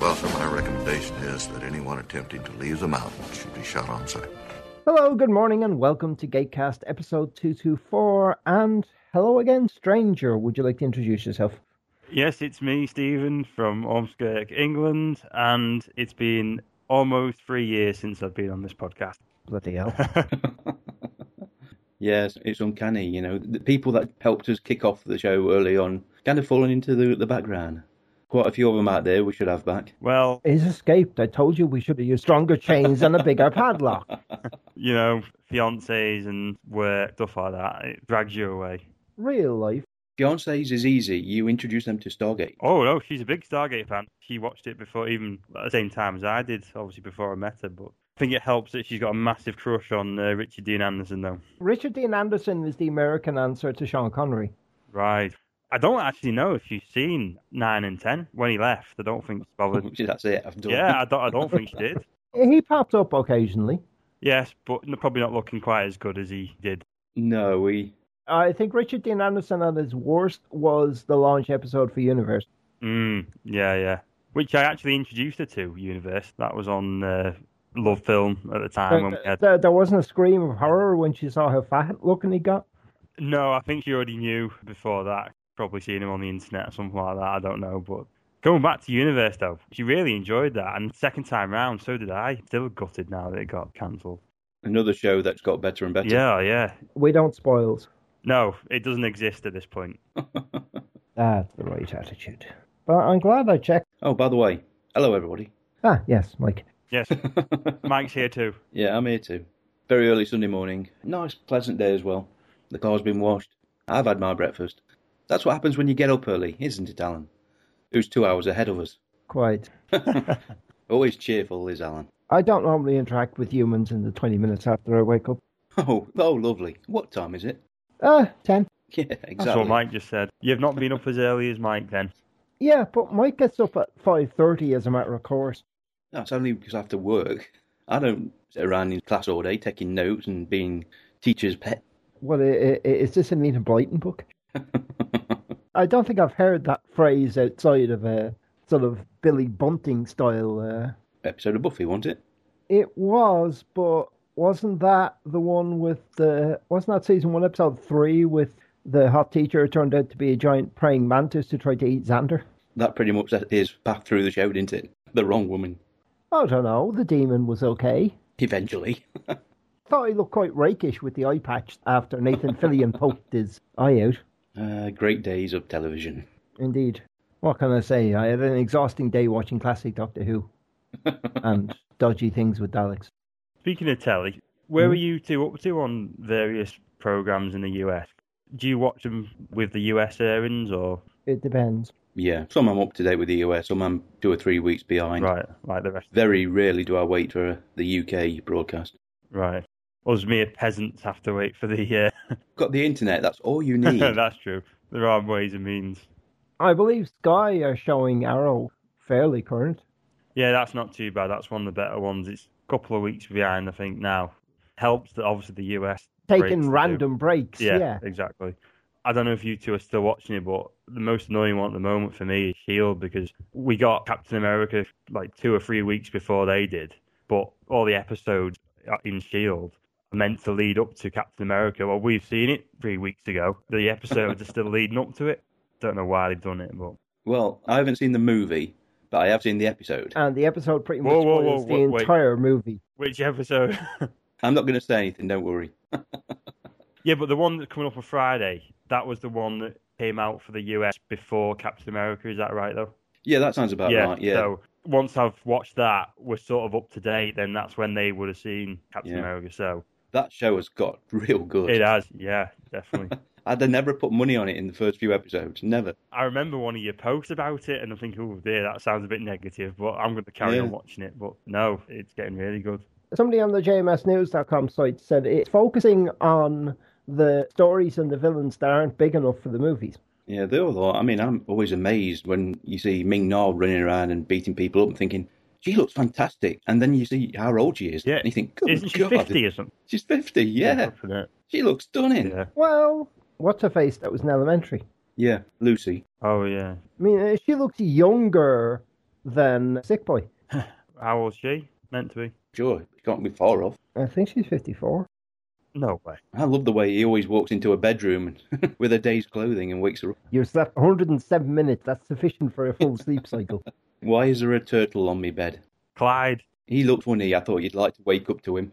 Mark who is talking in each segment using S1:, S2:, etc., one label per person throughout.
S1: Well, my recommendation is that anyone attempting to leave the mountain should be shot on sight.
S2: Hello, good morning, and welcome to Gatecast episode 224. And hello again, stranger. Would you like to introduce yourself?
S3: Yes, it's me, Stephen, from Ormskirk, England, and it's been almost three years since I've been on this podcast.
S2: Bloody hell.
S4: Yes, it's uncanny. You know, the people that helped us kick off the show early on kind of fallen into the, the background. Quite a few of them out there we should have back.
S3: Well,
S2: He's escaped. I told you we should have used stronger chains and a bigger padlock.
S3: you know, fiancés and work, stuff like that, it drags you away.
S2: Real life.
S4: Fiancés is easy. You introduce them to Stargate.
S3: Oh, no, she's a big Stargate fan. She watched it before, even at the same time as I did, obviously, before I met her, but I think it helps that she's got a massive crush on uh, Richard Dean Anderson, though.
S2: Richard Dean Anderson is the American answer to Sean Connery.
S3: Right. I don't actually know if she's seen 9 and 10 when he left. I don't think she's bothered.
S4: That's it. I've done.
S3: yeah, I don't, I don't think she did.
S2: He popped up occasionally.
S3: Yes, but n- probably not looking quite as good as he did.
S4: No, we.
S2: I think Richard Dean Anderson at his worst was the launch episode for Universe.
S3: Mm, yeah, yeah. Which I actually introduced her to Universe. That was on uh, Love Film at the time Ah, when we had.
S2: There, there wasn't a scream of horror when she saw how fat looking he got.
S3: No, I think you already knew before that. Probably seen him on the internet or something like that. I don't know, but going back to Universe though, she really enjoyed that. And second time round, so did I. Still gutted now that it got cancelled.
S4: Another show that's got better and better.
S3: Yeah, yeah.
S2: We don't spoils.
S3: No, it doesn't exist at this point.
S2: That's the right attitude. But I'm glad I checked.
S4: Oh, by the way, hello everybody.
S2: Ah, yes, Mike.
S3: Yes, Mike's here too.
S4: Yeah, I'm here too. Very early Sunday morning. Nice, pleasant day as well. The car's been washed. I've had my breakfast. That's what happens when you get up early, isn't it, Alan? Who's two hours ahead of us?
S2: Quite.
S4: Always cheerful, is Alan.
S2: I don't normally interact with humans in the 20 minutes after I wake up.
S4: Oh, oh, lovely. What time is it?
S2: Ah, 10.
S4: Yeah, exactly.
S3: That's what Mike just said. You've not been up as early as Mike then.
S2: Yeah, but Mike gets up at 5.30 as a matter of course.
S4: No, it's only because I have to work. I don't sit around in class all day taking notes and being teacher's pet.
S2: What, i- i- is this an Enid Blyton book? I don't think I've heard that phrase outside of a sort of Billy Bunting style. Uh,
S4: Episode of Buffy, wasn't it?
S2: it was, but wasn't that the one with the... Wasn't that season 1, episode 3 with the hot teacher who turned out to be a giant praying mantis to try to eat Xander?
S4: That pretty much set his path through the show, didn't it? The wrong woman,
S2: I don't know. The demon was okay.
S4: eventually.
S2: Thought he looked quite rakish with the eye patch after Nathan Fillion poked his eye out.
S4: uh, great days of television.
S2: Indeed. What can I say? I had an exhausting day watching classic Doctor Who and dodgy things with Daleks.
S3: Speaking of telly, where
S4: Hmm?
S3: are you two up to on various programs in the US? Do you watch them with the US airings or
S2: It depends.
S4: Yeah, some I'm up to date with the US, some I'm two or three weeks behind.
S3: right like the rest?
S4: Very rarely do I wait for the UK broadcast.
S3: Right, us mere peasants have to wait for the. Uh...
S4: Got the internet, that's all you need.
S3: That's true. There are ways and means.
S2: I believe Sky are showing Arrow fairly current.
S3: Yeah, that's not too bad. That's one of the better ones. It's a couple of weeks behind, I think. Now helps that obviously the US breaks
S2: Taking
S3: do.
S2: random breaks. Yeah.
S3: Yeah, exactly. I don't know if you two are still watching it, but the most annoying one at the moment for me is Shield E because we got Captain America like two or three weeks before they did, but all the episodes in Shield E are meant to lead up to Captain America. Well, we've seen it three weeks ago. The episodes are still leading up to it. Don't know why they've done it, but
S4: Well, I haven't seen the movie, but I have seen the episode.
S2: And the episode pretty much
S3: Whoa, whoa,
S2: spoils
S3: whoa,
S2: the
S3: wait, wait.
S2: entire movie.
S3: which episode?
S4: I'm not going to say anything, don't worry.
S3: yeah, but the one that's coming up on Friday, that was the one that came out for the US before Captain America. Is that right, though?
S4: Yeah, that sounds about right. Yeah.
S3: So once I've watched that, we're sort of up to date. Then that's when they would have seen Captain
S4: Yeah.
S3: America. So
S4: That show has got real good.
S3: it has, yeah, definitely.
S4: I'd have never put money on it in the first few episodes. Never.
S3: I remember one of your posts about it, and I'm thinking, oh dear, that sounds a bit negative, but I'm going to carry
S4: Yeah.
S3: on watching it. But no, it's getting really good.
S2: Somebody on the JMSnews.com site said it's focusing on the stories and the villains that aren't big enough for the movies.
S4: Yeah, they all are. I mean, I'm always amazed when you see Ming Na running around and beating people up and thinking, she looks fantastic. And then you see how old she is.
S3: Yeah,
S4: And you think, good
S3: isn't she
S4: God.
S3: 50 or something?
S4: She's 50, yeah.
S3: up for that.
S4: She looks stunning.
S3: Yeah.
S2: Well, what's her face that was in elementary?
S4: yeah, Lucy.
S3: Oh yeah.
S2: I mean, uh, she looks younger than Sick Boy.
S3: How old's she meant to be?
S4: Sure, she can't be far off.
S2: I think she's 54.
S3: No way.
S4: I love the way he always walks into a bedroom with a day's clothing and wakes her up.
S2: You slept 107 minutes. That's sufficient for a full sleep cycle.
S4: Why is there a turtle on me bed?
S3: Clyde,
S4: He looked funny. I thought you'd like to wake up to him.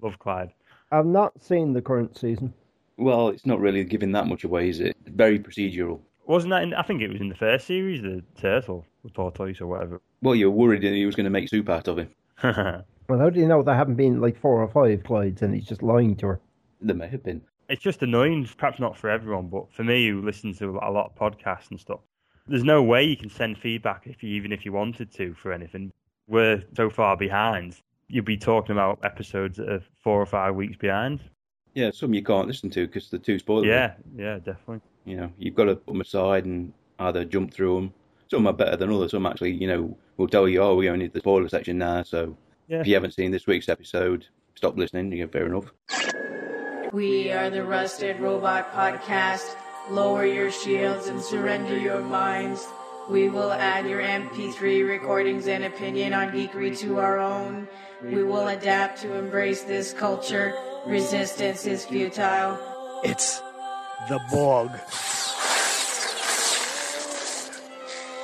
S3: love Clyde.
S2: I've not seen the current season.
S4: Well, it's not really giving that much away, is it? Very procedural.
S3: Wasn't that in? I think it was in the first series, the turtle, the tortoise or whatever.
S4: Well, you're worried that he was going to make soup out of him.
S2: Well, how do you know there haven't been like four or five Clydes and he's just lying to her?
S4: There may have been.
S3: it's just annoying. Perhaps not for everyone, but for me, who listens to a lot of podcasts and stuff, there's no way you can send feedback if you, even if you wanted to for anything. We're so far behind. You'd be talking about episodes that are four or five weeks behind.
S4: Yeah, some you can't listen to because they're too spoilery.
S3: Yeah, yeah, definitely.
S4: You know, you've got to put them aside and either jump through them. Some are better than others. Some actually, you know, will tell you, oh, we only did the spoiler section now. So
S3: Yeah.
S4: if you haven't seen this week's episode, stop listening. Yeah, fair enough.
S5: We are the Rusted Robot Podcast. Lower your shields and surrender your minds. We will add your MP3 recordings and opinion on geekery to our own. We will adapt to embrace this culture. Resistance is futile.
S6: It's the Borg.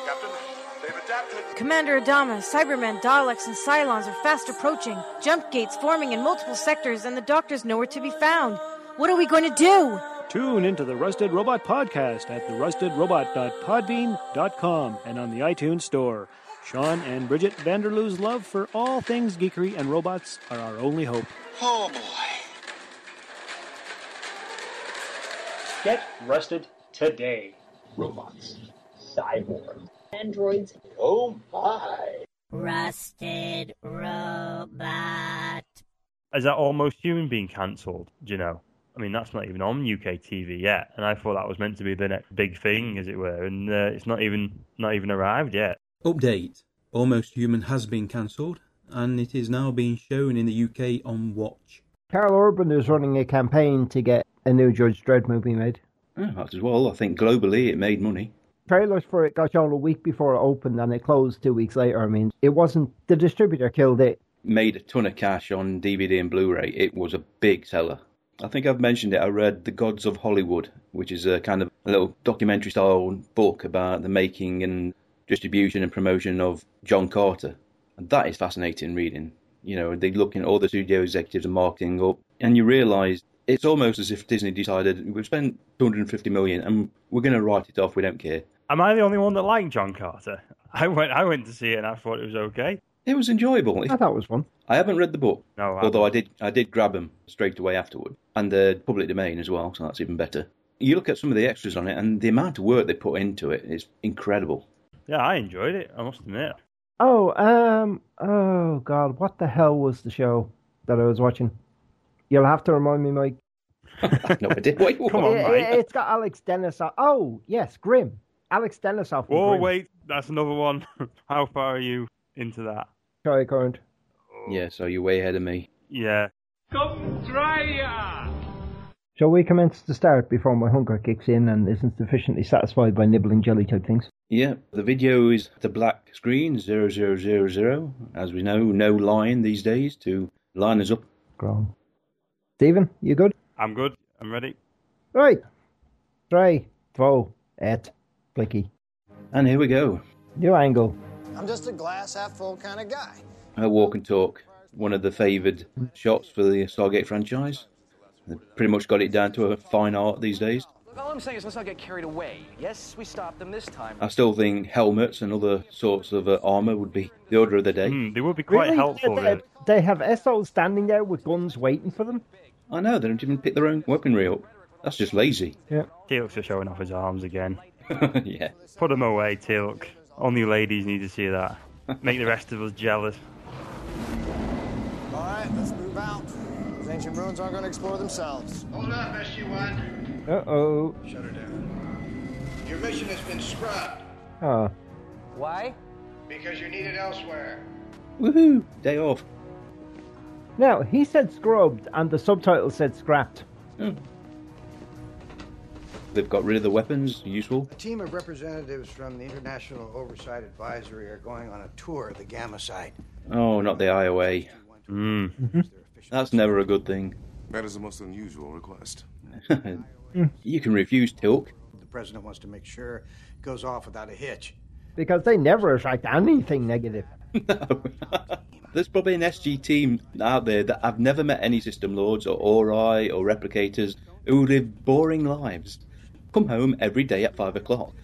S7: Captain, they've adapted.
S5: Commander Adama, Cybermen, Daleks, and Cylons are fast approaching. Jump gates forming in multiple sectors, and the doctor's nowhere to be found. What are we going to do?
S6: Tune into the Rusted Robot Podcast at therustedrobot.podbean.com and on the iTunes Store. Sean and Bridget Vanderloo's love for all things geekery and robots are our only hope.
S8: Get rusted today. Robots, cyborgs, androids. Oh my!
S5: Rusted Robot.
S3: Is that almost human being cancelled? Do you know? I mean, that's not even on UK TV yet, and I thought that was meant to be the next big thing, as it were, and uh, it's not even not even arrived yet.
S9: Update Almost Human has been cancelled and it is now being shown in the UK on Watch.
S2: Carol Urban is running a campaign to get a new Judge Dredd movie made.
S4: Oh, that's as well. I think globally it made money.
S2: Trailers for it got shown a week before it opened and it closed two weeks later. I mean, it wasn't the distributor killed it.
S4: made a ton of cash on DVD and Blu-ray. It was a big seller. I think I've mentioned it. I read The Gods of Hollywood, which is a kind of a little documentary style book about the making and distribution and promotion of John Carter. And that is fascinating reading. You know, they look in all the studio executives and marketing up, and you realise it's almost as if Disney decided we've spent 250 million and we're going to write it off. We don't care.
S3: Am I the only one that liked John Carter? I went, I went to see it, and I thought it was okay.
S4: It was enjoyable. If
S2: I thought it was fun.
S4: I haven't read the book.
S3: No, I
S4: although I did, I did grab them straight away afterward, and the public domain as well, so that's even better. You look at some of the extras on it, and the amount of work they put into it is incredible.
S3: Yeah, I enjoyed it. I must admit.
S2: Oh, um, oh God, what the hell was the show that I was watching? You'll have to remind me, Mike.
S4: I've no idea what it was.
S3: Come on,
S2: It-
S3: Mike.
S2: It, has got Alex Denisov. Oh, yes, Grim. Alex Denisov. from
S3: Oh
S2: Grimm.
S3: wait, that's another one. How far are you into that?
S2: Sorry, current.
S3: Oh.
S4: Yeah, so you're way ahead of me.
S3: Yeah.
S10: uh,
S2: Shall we commence to start before my hunger kicks in and isn't sufficiently satisfied by nibbling jelly type things?
S4: Yeah, the video is the black screen zero zero zero zero. As we know, no line these days to line us up.
S2: Grown. Stephen, you good?
S3: I'm good. I'm ready.
S2: Right. Three, two, eight. Clicky.
S4: And here we go.
S2: New angle.
S6: I'm just a glass half full kind of guy.
S4: I walk and talk. One of the favoured shots for the Stargate franchise. They pretty much got it down to a fine art these days.
S6: Look, all I'm saying is let's not get carried away. Yes, we stopped them this time.
S4: I still think helmets and other sorts of uh, armour would be the order of the day.
S3: Hmm, they would be quite
S2: Really?
S3: helpful.
S2: They-
S3: Really.
S2: They have SO standing there with guns waiting for them.
S4: I know, they don't even pick their own weaponry up. That's just lazy.
S2: Yeah.
S3: Teal'c's just showing off his arms again.
S4: yeah.
S3: Put them away, Teal'c. Only ladies need to see that. Make the rest of us jealous.
S11: All right, let's move out. Those ancient ruins aren't going to explore themselves. Hold up, SG-1.
S2: Uh oh.
S11: Shut her down. Your mission has been scrubbed.
S2: Ah.
S11: Why? Because you're needed elsewhere.
S4: Woohoo! Day off.
S2: Now, he said scrubbed, and the subtitle said scrapped.
S4: Hmm. They've got rid of the weapons. Useful.
S11: A team of representatives from the International Oversight Advisory are going on a tour of the Gamma site.
S4: Oh, not the IOA.
S3: Hmm.
S4: That's never a good thing.
S1: That is the most unusual request.
S4: you can refuse Tilk.
S11: The president wants to make sure it goes off without a hitch.
S2: Because they never attract anything negative.
S4: There's probably an SG team out there that I've never met any system lords or Ori or replicators who live boring lives. Come home every day at five o'clock.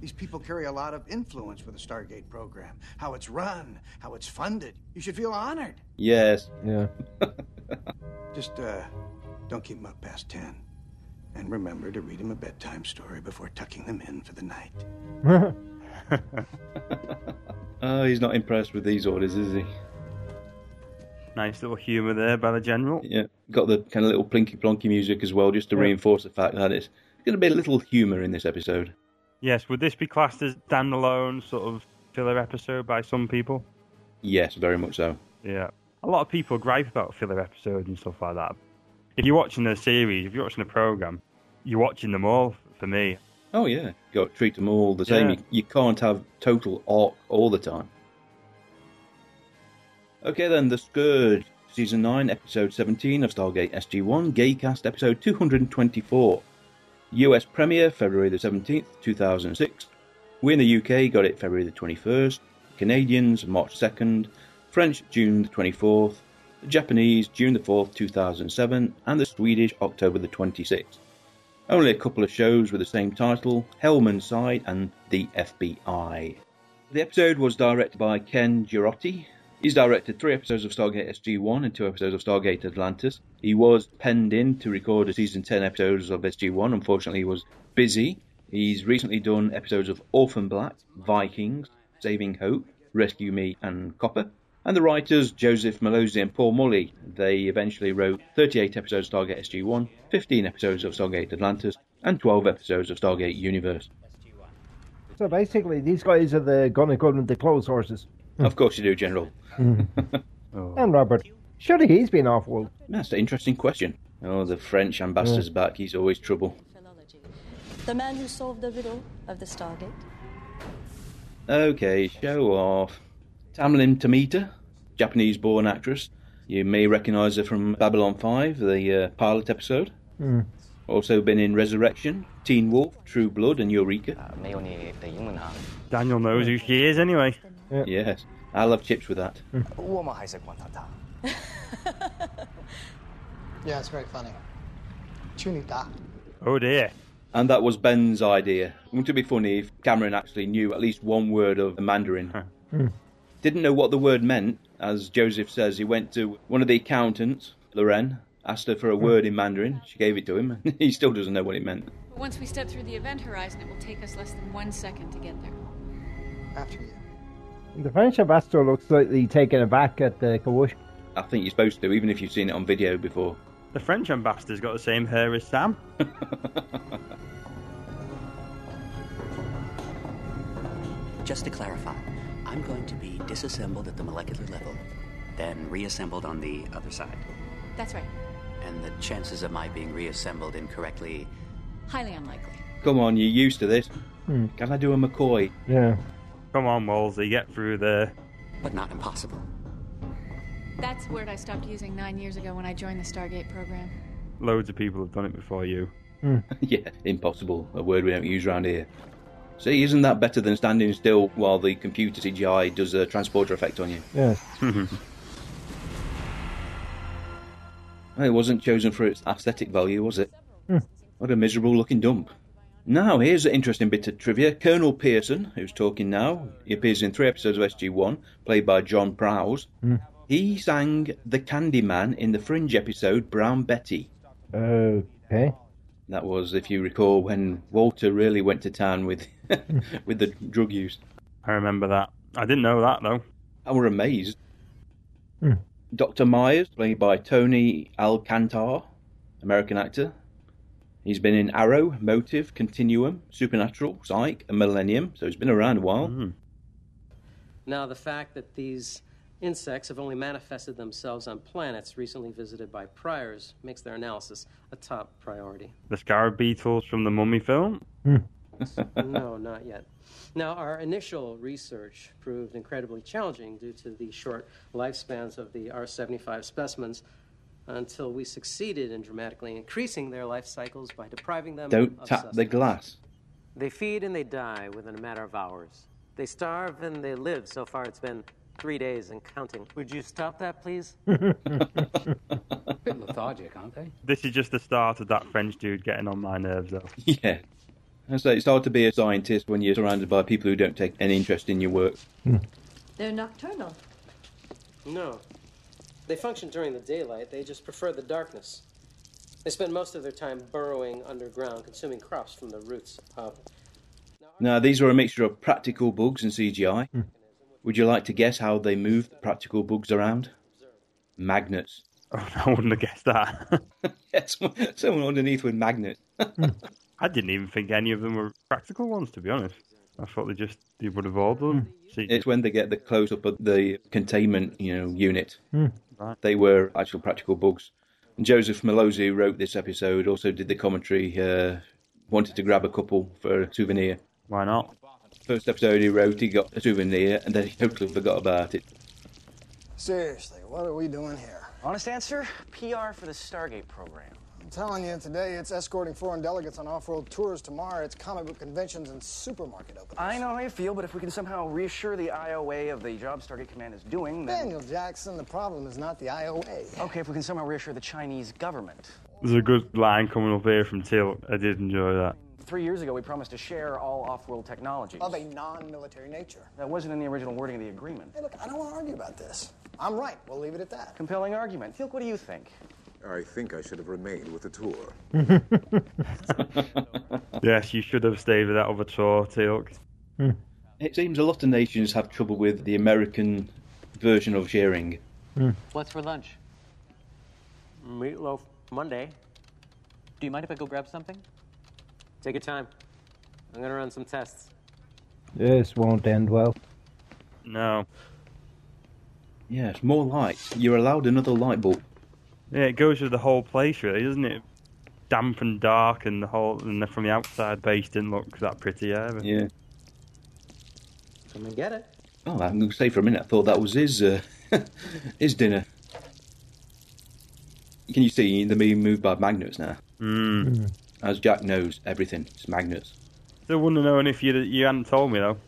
S11: These people carry a lot of influence with the Stargate program, how it's run, how it's funded. You should feel honored.
S4: Yes.
S2: Yeah.
S11: Just uh, don't keep them up past 10. And remember to read them a bedtime story before tucking them in for the night.
S4: Oh, he's not impressed with these orders, is he?
S3: Nice little humour there by the general.
S4: Yeah. Got the kind of little plinky plonky music as well, just to reinforce the fact that it's going to be a little humour in this episode.
S3: Yes, would this be classed as standalone sort of filler episode by some people?
S4: Yes, very much so.
S3: Yeah. A lot of people gripe about filler episodes and stuff like that. If you're watching a series, if you're watching a program, you're watching them all for me.
S4: Oh yeah, you got to treat them all the same.
S3: Yeah.
S4: You, you can't have total arc all the time. Okay then, The Scourge, Season 9, Episode 17 of Stargate SG-1, Gaycast Episode 224. US premiere, February the 17th, 2006. We in the UK got it February the 21st, Canadians March 2nd, French June the 24th, the Japanese June the 4th, 2007, and the Swedish October the 26th. Only a couple of shows with the same title Hellman's Side and The FBI. The episode was directed by Ken Girotti. He's directed three episodes of Stargate SG 1 and two episodes of Stargate Atlantis. He was penned in to record a season 10 episodes of SG 1. Unfortunately, he was busy. He's recently done episodes of Orphan Black, Vikings, Saving Hope, Rescue Me, and Copper. And the writers, Joseph Malozzi and Paul Mully, they eventually wrote 38 episodes of Stargate SG 1, 15 episodes of Stargate Atlantis, and 12 episodes of Stargate Universe.
S2: So basically, these guys are the gun equivalent to clothes horses.
S4: Of course, you do, General. Oh.
S2: And Robert. Surely he's been off world.
S4: That's an interesting question. Oh, the French ambassador's back. He's always trouble.
S12: The man who solved the riddle of the Stargate.
S4: Okay, show off. Tamlin Tomita, Japanese born actress. You may recognize her from Babylon 5, the uh, pilot episode.
S10: Mm.
S13: Hmm.
S4: Also been in Resurrection, Teen Wolf, True Blood, and Eureka.
S3: Daniel knows who she is anyway.
S4: Yes, I love chips with that.
S11: Yeah, it's very funny. Chunita.
S3: Oh dear.
S4: And that was Ben's idea. Wouldn't it be funny if Cameron actually knew at least one word of Mandarin?
S2: Hmm.
S4: Didn't know what the word meant. As Joseph says, he went to one of the accountants, Loren, asked her
S3: Hmm.
S4: for a word in Mandarin. She gave it to him. he still doesn't know what it meant.
S14: Once we step through the event horizon, it will take us less than one second to get there.
S11: After you.
S2: The French ambassador looks slightly taken aback at the Kawush.
S4: I think you're supposed to, even if you've seen it on video before.
S3: The French ambassador's got the same hair as Sam.
S15: Just to clarify, I'm going to be disassembled at the molecular level, then reassembled on the other side.
S14: That's right.
S15: And the chances of my being reassembled incorrectly.
S14: Highly unlikely.
S4: Come on, you're used to this. Can I do a McCoy?
S2: Yeah.
S3: Come on, Wolsey, get through there.
S15: But not impossible.
S14: That's a word I stopped using nine years ago when I joined the Stargate program.
S3: Loads of people have done it before you.
S4: yeah, impossible. A word we don't use around here. See, isn't that better than standing still while the computer CGI does a transporter effect on you?
S2: Yes.
S4: And It wasn't chosen for its aesthetic value, was it?
S2: Hmm.
S4: What a miserable looking dump. Now, here's an interesting bit of trivia. Colonel Pearson, who's talking now, he appears in three episodes of SG1, played by John Prowse.
S2: Hmm.
S4: He
S2: Uh, Eh?
S4: sang the Candyman in the Fringe episode Brown Betty.
S2: Okay.
S4: That was, if you recall, when Walter really went to town with with the drug use.
S3: I remember that. I didn't know that though.
S4: I were amazed.
S2: Hmm.
S4: Dr. Myers, played by Tony Alcantar, American actor. He's been in Arrow, Motive, Continuum, Supernatural, Psych, and Millennium, so he's been around a while.
S3: Hmm.
S13: Now, the fact that these insects have only manifested themselves on planets recently visited by priors makes their analysis a top priority.
S3: The scarab beetles from the Mummy film.
S13: no, not yet. Now, our initial research proved incredibly challenging due to the short lifespans of the R75 specimens until we succeeded in dramatically increasing their life cycles by depriving them
S4: Don't
S13: of
S4: tap the glass.
S13: They feed and they die within a matter of hours. They starve and they live. So far, it's been three days and counting. Would you stop that, please?
S16: bit lethargic, aren't they?
S3: This is just the start of that French dude getting on my nerves though.
S4: Yeah. I say it's hard to be a scientist when you're surrounded by people who don't take any interest in your work.
S12: They're nocturnal.
S13: No. They function during the daylight, they just prefer the darkness. They spend most of their time burrowing underground, consuming crops from the roots of.
S4: Now, these were a mixture of practical bugs and CGI.
S3: Hmm.
S4: Would you like to guess how they moved the practical bugs around? Magnets.
S3: I wouldn't have guessed that.
S4: yes, someone underneath with magnets.
S3: I didn't even think any of them were practical ones, to be honest. I thought they just they would have all done. See,
S4: It's when they get the close up of the containment, you know, unit.
S3: Hmm. Right.
S4: They were actual practical bugs. And Joseph Malozzi, who wrote this episode, also did the commentary. Uh, wanted to grab a couple for a souvenir.
S3: Why not?
S4: First episode he wrote, he got a souvenir, and then he totally forgot about it.
S17: Seriously, what are we doing here?
S10: Honest answer? PR for the Stargate program.
S17: I'm telling you, today it's escorting foreign delegates on off-road tours. Tomorrow it's comic book conventions and supermarket openings.
S10: I know how you feel, but if we can somehow reassure the IOA of the job Stargate Command is doing, then.
S17: Daniel Jackson, the problem is not the IOA.
S10: Okay, if we can somehow reassure the Chinese government.
S3: There's a good line coming up here from Till. I did enjoy that.
S10: Three years ago, we promised to share all off world technologies.
S17: Of a non-military nature.
S10: That wasn't in the original wording of the agreement.
S17: Hey, look, I don't want to argue about this. I'm right. We'll leave it at that.
S10: Compelling argument. Phil, what do you think?
S18: I think I should have remained with the tour.
S3: Yes, you should have stayed with that other tour, Teal.
S4: It seems a lot of nations have trouble with the American version of sharing.
S13: What's for lunch? Meatloaf Monday. Do you mind if I go grab something? Take your time. I'm gonna run some tests.
S2: This won't end well.
S3: No.
S4: Yes, more lights. You're allowed another light bulb.
S3: Yeah, it goes with the whole place, really, doesn't it? Damp and dark, and the whole and the, from the outside base didn't look that pretty either.
S4: Yeah.
S13: Come and get it.
S4: Oh, I'm going to say for a minute, I thought that was his uh, his dinner. Can you see they're being moved by magnets now?
S3: Mm.
S4: As Jack knows, everything is magnets.
S3: Still wouldn't have known if you you hadn't told me though.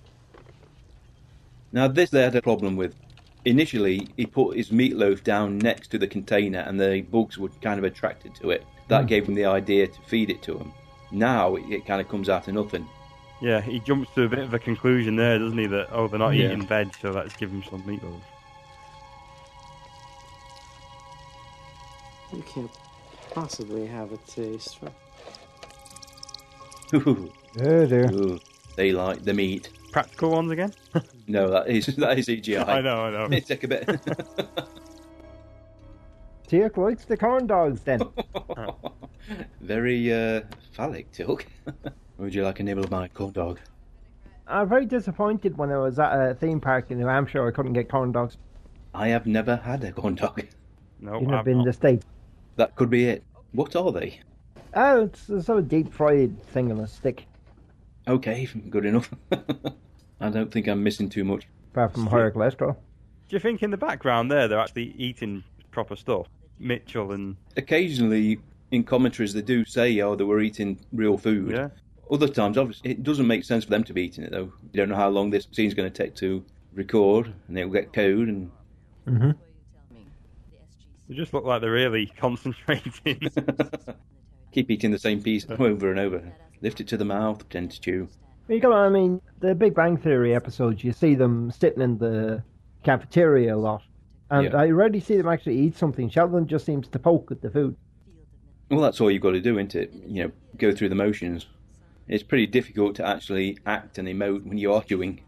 S4: Now, this they had a problem with. Initially, he put his meatloaf down next to the container, and the bugs were kind of attracted to it. That
S3: Hmm.
S4: gave him the idea to feed it to them. Now it, it kind of comes out of nothing.
S3: Yeah, he jumps to a bit of a conclusion there, doesn't he? That oh, they're not
S4: Yeah.
S3: eating veg, so let's give them some meatloaf.
S13: You can't possibly have a taste. For...
S2: Yeah, Oh, dear.
S4: they like the meat.
S3: Practical ones again?
S4: no, that is that is E CGI.
S3: I know, I know.
S4: It took a bit.
S2: Teak likes the corn dogs then.
S4: Very uh, phallic, Tilk. Would you like a nibble of my corn dog?
S2: I'm very disappointed when I was at a theme park in New Hampshire. I couldn't get corn dogs.
S4: I have never had a corn dog. Oh,
S3: No,
S2: you know, been in the state.
S4: That could be it. What are they?
S2: Oh, it's a sort of deep fried thing on a stick,
S4: Okay, good enough. I don't think I'm missing too much.
S2: apart from higher cholesterol.
S3: Do you think in the background there they're actually eating proper stuff? Mitchell and
S4: Occasionally, in commentaries, they do say, oh, they were eating real food.
S3: Yeah.
S4: Other times, obviously, it doesn't make sense for them to be eating it, though. You don't know how long this scene's going to take to record, and it'll get code, and
S3: Mm-hmm. they just look like they're really concentrating.
S4: keep eating the same piece over and over. Lift it to the mouth, pretend to chew.
S2: You got, I mean, the Big Bang Theory episodes, you see them sitting in the cafeteria a lot. And
S4: Yeah.
S2: I rarely see them actually eat something. Sheldon just seems to poke at the food.
S4: Well, that's all you've got to do, isn't it? You know, go through the motions. It's pretty difficult to actually act and emote when you're arguing.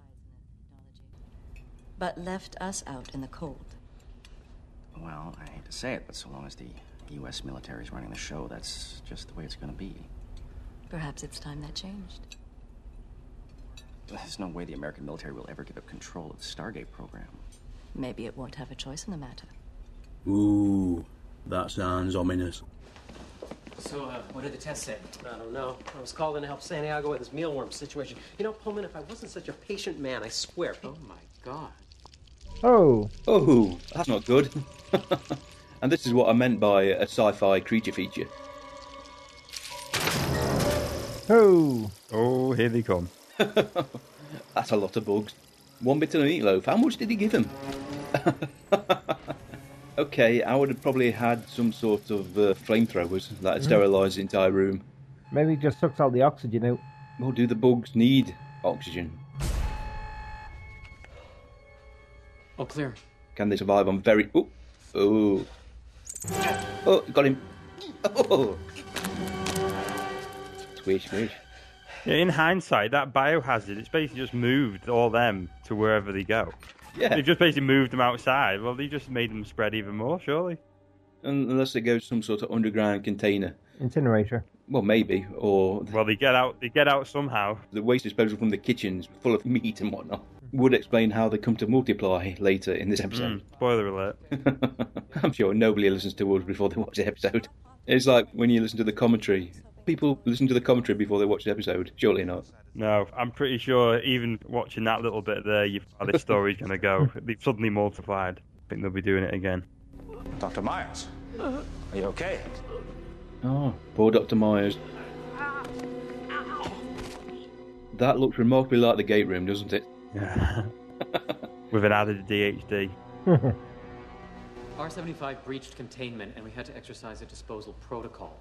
S12: but left us out in the cold.
S15: Well, I hate to say it, but so long as the U.S. military's running the show, that's just the way it's going to be.
S12: Perhaps it's time that changed.
S15: There's no way the American military will ever give up control of the Stargate program.
S12: Maybe it won't have a choice in the matter.
S9: Ooh, that sounds ominous.
S13: So, uh, what did the test say? I don't know. I was called in to help Santiago with his mealworm situation. You know, Pullman, if I wasn't such a patient man, I swear. Oh my God.
S2: Oh.
S4: Oh, that's not good. and this is what I meant by a sci fi creature feature.
S2: Oh.
S3: Oh, here they come.
S4: That's a lot of bugs. One bit of an eatloaf. How much did he give him? okay, I would have probably had some sort of uh, flamethrowers that
S2: Mhm.
S4: sterilise the entire room.
S2: Maybe it just sucks all the oxygen out.
S4: Well, do the bugs need oxygen?
S13: Oh, clear.
S4: Can they survive on very. Oh, oh. Oh, got him. Oh. Swish, swish.
S3: Yeah, In hindsight, that biohazard, it's basically just moved all them to wherever they go.
S4: Yeah.
S3: They've just basically moved them outside. Well, they just made them spread even more, surely.
S4: Unless they go to some sort of underground container.
S2: Incinerator.
S4: Well, maybe, or
S3: well, they get out. They get out somehow.
S4: The waste disposal from the kitchens, full of meat and whatnot, would explain how they come to multiply later in this
S3: Mm,
S4: episode.
S3: spoiler alert.
S4: I'm sure nobody listens to us before they watch the episode. It's like when you listen to the commentary. People listen to the commentary before they watch the episode. Surely not.
S3: No, I'm pretty sure even watching that little bit there, you how this story's going to go. They've suddenly multiplied. I think they'll be doing it again.
S10: Dr. Myers, are you okay?
S4: Oh, poor Dr. Myers. That looks remarkably like the gate room, doesn't it?
S3: With an added DHD.
S16: R75 breached containment and we had to exercise a disposal protocol.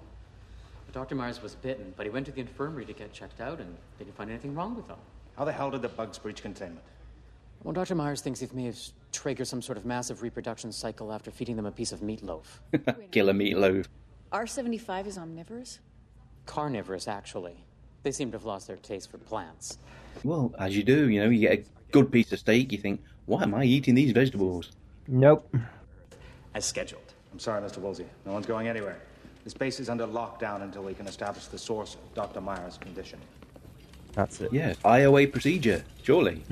S16: Dr. Myers was bitten, but he went to the infirmary to get checked out and they didn't find anything wrong with him.
S10: How the hell did the bugs breach containment?
S16: Well, Dr. Myers thinks it may have triggered some sort of massive reproduction cycle after feeding them a piece of meatloaf.
S4: Killer meatloaf.
S19: R75 is omnivorous?
S16: Carnivorous, actually. They seem to have lost their taste for plants.
S4: Well, as you do, you know, you get a good piece of steak, you think, why am I eating these vegetables?
S2: Nope.
S10: As scheduled. I'm sorry, Mr. Woolsey. No one's going anywhere. This base is under lockdown until we can establish the source of Dr. Myers' condition.
S3: That's it.
S4: Yeah, IOA procedure, surely.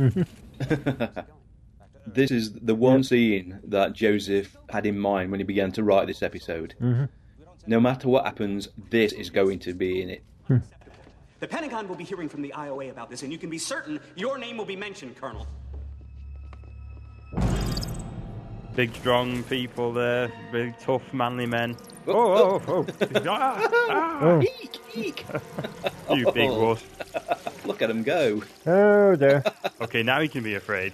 S4: this is the one scene that Joseph had in mind when he began to write this episode.
S2: Mm-hmm.
S4: No matter what happens, this is going to be in it.
S20: The Pentagon will be hearing from the IOA about this, and you can be certain your name will be mentioned, Colonel.
S3: Big, strong people there. Big, tough, manly men. Oh, oh, oh. Ah, ah.
S4: Eek, eek.
S3: You big wuss.
S4: Oh. Look at him go.
S2: Oh, there.
S3: Okay, now he can be afraid.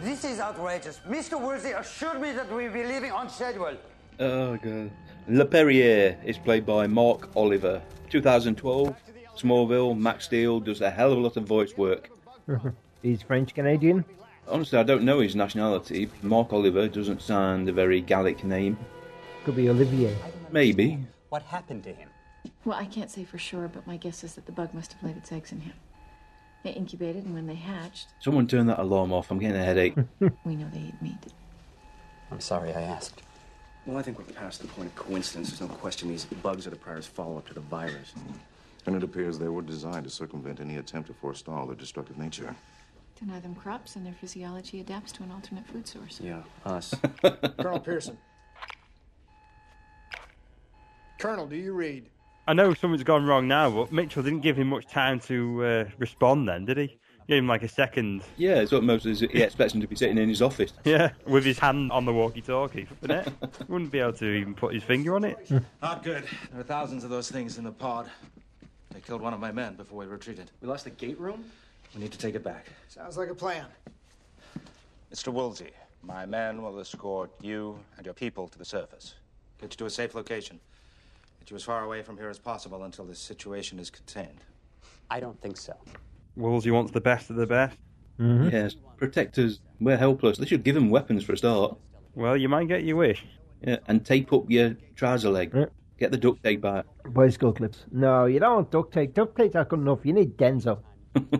S21: This is outrageous. Mr. Woolsey assured me that we will be leaving on schedule.
S4: Oh, God. Le Perrier is played by Mark Oliver. 2012, Smallville, Max Steel does a hell of a lot of voice work.
S2: He's French Canadian.
S4: Honestly, I don't know his nationality. Mark Oliver doesn't sound a very Gallic name.
S2: Could be Olivier.
S4: Maybe.
S21: What happened to him?
S19: Well, I can't say for sure, but my guess is that the bug must have laid its eggs in him. They incubated, and when they hatched,
S4: Someone turn that alarm off. I'm getting a headache.
S19: we know they eat meat.
S20: I'm sorry I asked.
S7: Well, I think we're past the point of coincidence. There's no question these bugs are the prior's follow up to the virus.
S1: And it appears they were designed to circumvent any attempt to forestall their destructive nature.
S19: Deny them crops, and their physiology adapts to an alternate food source.
S1: Yeah, us.
S21: Colonel Pearson. Colonel, do you read?
S3: I know something's gone wrong now, but Mitchell didn't give him much time to uh, respond then, did he? Gave him like a second.
S4: Yeah, it's what most he expects him to be sitting in his office.
S3: Yeah, with his hand on the walkie-talkie, wouldn't it? Wouldn't be able to even put his finger on it.
S10: Not good. There are thousands of those things in the pod. They killed one of my men before we retreated. We lost the gate room? We need to take it back.
S21: Sounds like a plan.
S10: Mr. Woolsey, my men will escort you and your people to the surface. Get you to a safe location. Get you as far away from here as possible until this situation is contained. I don't think so.
S3: Woolsey wants the best of the best.
S4: Yes, protectors, we're helpless. They should give him weapons for a start.
S3: Well, you might get your wish.
S4: Yeah, and tape up your trouser leg. Get the duct tape back.
S2: Bicycle clips. No, you don't want duct tape. Duct tape's not good enough. You need Denso.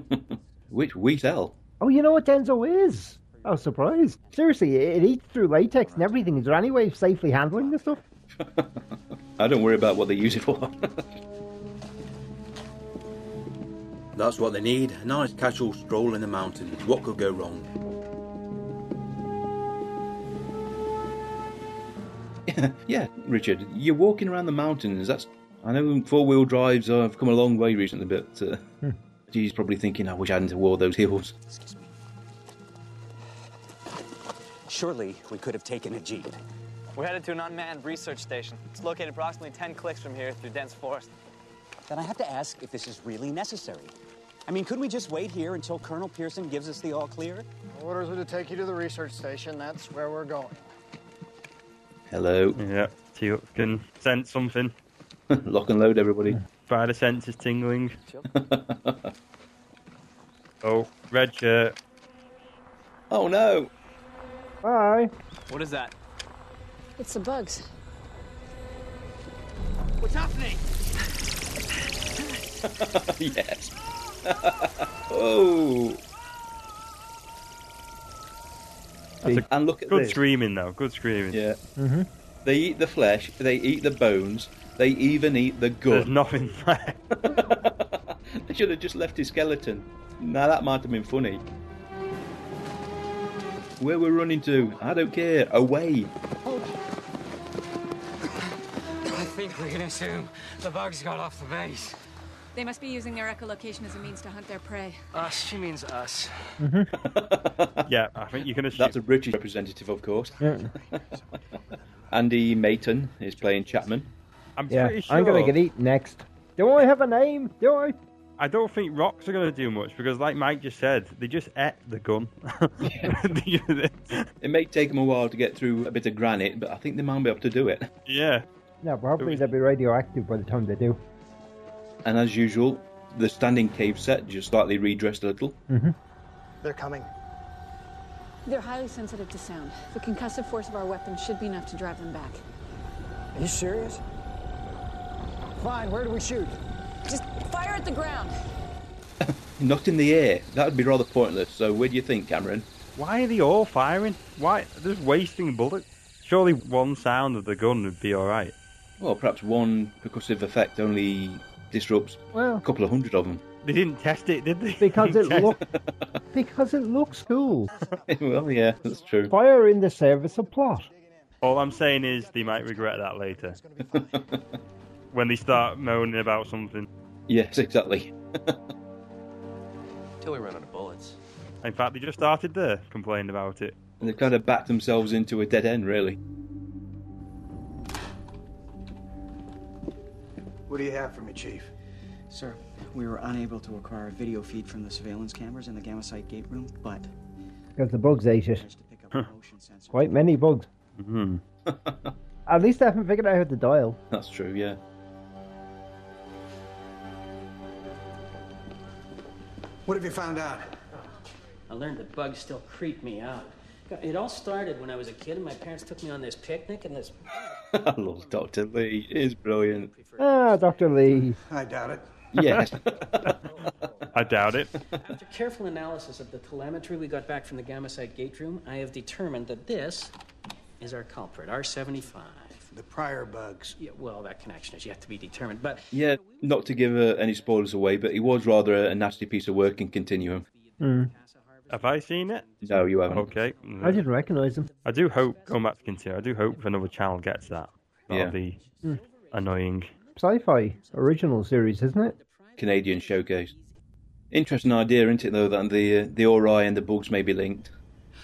S4: Which we sell.
S2: Oh, you know what Denso is? I was surprised. Seriously, it, it eats through latex and everything. Is there any way of safely handling this stuff?
S4: I don't worry about what they use it for.
S9: That's what they need. A nice casual stroll in the mountains. What could go wrong?
S4: yeah, Richard, you're walking around the mountains. That's I know four wheel drives have come a long way recently, but uh,
S3: Hmm.
S4: she's probably thinking, I wish I hadn't have wore those heels.
S22: Surely we could have taken a jeep.
S8: We're headed to an unmanned research station. It's located approximately 10 clicks from here through dense forest.
S22: Then I have to ask if this is really necessary. I mean, could we just wait here until Colonel Pearson gives us the all clear?
S17: Orders were to take you to the research station. That's where we're going.
S4: Hello.
S3: Yeah, see what we can sense something.
S4: Lock and load, everybody.
S3: Spider sense is tingling. oh, red shirt.
S4: Oh no!
S2: Hi.
S8: What is that?
S12: It's the bugs.
S8: What's happening?
S4: yes. oh.
S3: That's a
S4: And look at
S3: good
S4: this.
S3: screaming though. Good screaming. Hmm?
S4: Yeah. They eat the flesh, they eat the bones, they even eat the gut.
S3: There's nothing left.
S4: they should have just left his skeleton. Now that might have been funny. Where we're running to, I don't care. Away.
S23: I think we can assume the bugs got off the base.
S14: They must be using their echolocation as a means to hunt their prey.
S23: Us, she means us.
S3: yeah, I think you can assume.
S4: That's a British representative, of course.
S2: Yeah.
S4: Andy Mayton is playing Chapman.
S3: I'm
S2: Yeah,
S3: pretty sure.
S2: I'm gonna get eaten next. Do I have a name? Do I?
S3: I don't think rocks are going to do much because, like Mike just said, they just ate the gun.
S2: e-
S4: It may take them a while to get through a bit of granite, but I think they might be able to do it.
S3: yeah.
S2: No, probably they'll be radioactive by the time they do.
S4: And as usual, the standing cave set just slightly redressed a little.
S2: Mm-hmm.
S17: They're coming.
S14: They're highly sensitive to sound. The concussive force of our weapons should be enough to drive them back.
S17: Are you serious? Fine, where do we shoot?
S14: Just fire at the ground.
S4: Not in the air. That would be rather pointless. So where do you think, Cameron?
S3: Why are they all firing? Why? They're just wasting bullets. Surely one sound of the gun would be all right.
S4: Well, perhaps one percussive effect only disrupts
S2: Well-
S4: a couple of hundred of them.
S3: They didn't test it, did they?
S2: Because it look, because it looks cool.
S4: well, yeah, that's true.
S2: Fire in the service of plot.
S3: All I'm saying is they might regret that later. when they start moaning about something.
S4: Yes, exactly.
S8: Till we run out of bullets.
S3: In fact, they just started there, complained about it.
S4: And they've kind of backed themselves into a dead end, really.
S11: What do you have for me, Chief?
S23: Sir, we were unable to acquire a video feed from the surveillance cameras in the Gamma Site Gate Room, but
S2: Because the bugs ate it.
S23: motion sensor.
S2: Quite many bugs.
S3: Mm-hmm.
S2: At least I haven't figured out how to dial.
S4: That's true, yeah.
S11: What have you found out?
S23: I learned that bugs still creep me out. God, It all started when I was a kid and my parents took me on this picnic and this.
S4: I love Dr. Lee. It is brilliant.
S2: Ah, Doctor Lee.
S11: I doubt it.
S4: Yes.
S3: I doubt it.
S23: After careful analysis of the telemetry we got back from the Gamma Site Gate Room, I have determined that this is our culprit, R75.
S11: The prior bugs.
S23: Yeah, well, that connection is yet to be determined, but
S4: Yeah, not to give uh, any spoilers away, but it was rather a, a nasty piece of work in Continuum.
S3: Have I seen it?
S4: No, you haven't.
S3: Okay.
S2: Hmm. I didn't recognise him.
S3: I do hope, going back to continue, I do hope another channel gets that. That'll
S4: Yeah.
S3: be
S2: Hmm.
S3: annoying.
S2: Sci-fi original series, isn't it?
S4: Canadian showcase. Interesting idea, isn't it? Though that the uh, the Ori and the bugs may be linked.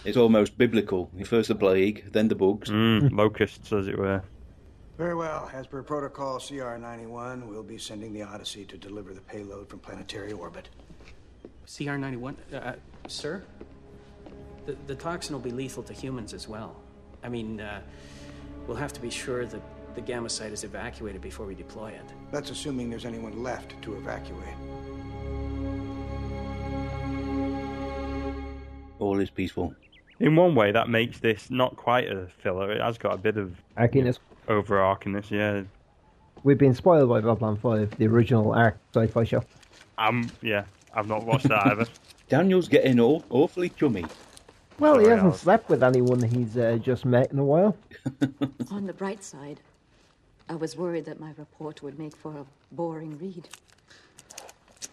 S4: It's almost biblical. First the plague, then the bugs.
S3: Mm, locusts, as it were.
S11: Very well. As per protocol CR91, we'll be sending the Odyssey to deliver the payload from planetary orbit.
S23: CR91, uh, uh, sir, the, the toxin will be lethal to humans as well. I mean, uh, we'll have to be sure that the gamma site is evacuated before we deploy it.
S11: That's assuming there's anyone left to evacuate.
S4: All is peaceful.
S3: In one way, that makes this not quite a filler. It has got a bit of
S2: Ackiness.
S3: overarchingness, yeah.
S2: We've been spoiled by Babylon 5, the original ARC sci-fi show.
S3: I'm yeah. I've not watched that either.
S4: Daniel's getting all awfully chummy.
S2: Well, he hasn't slept with anyone he's uh, just met in a while.
S12: On the bright side, I was worried that my report would make for a boring read.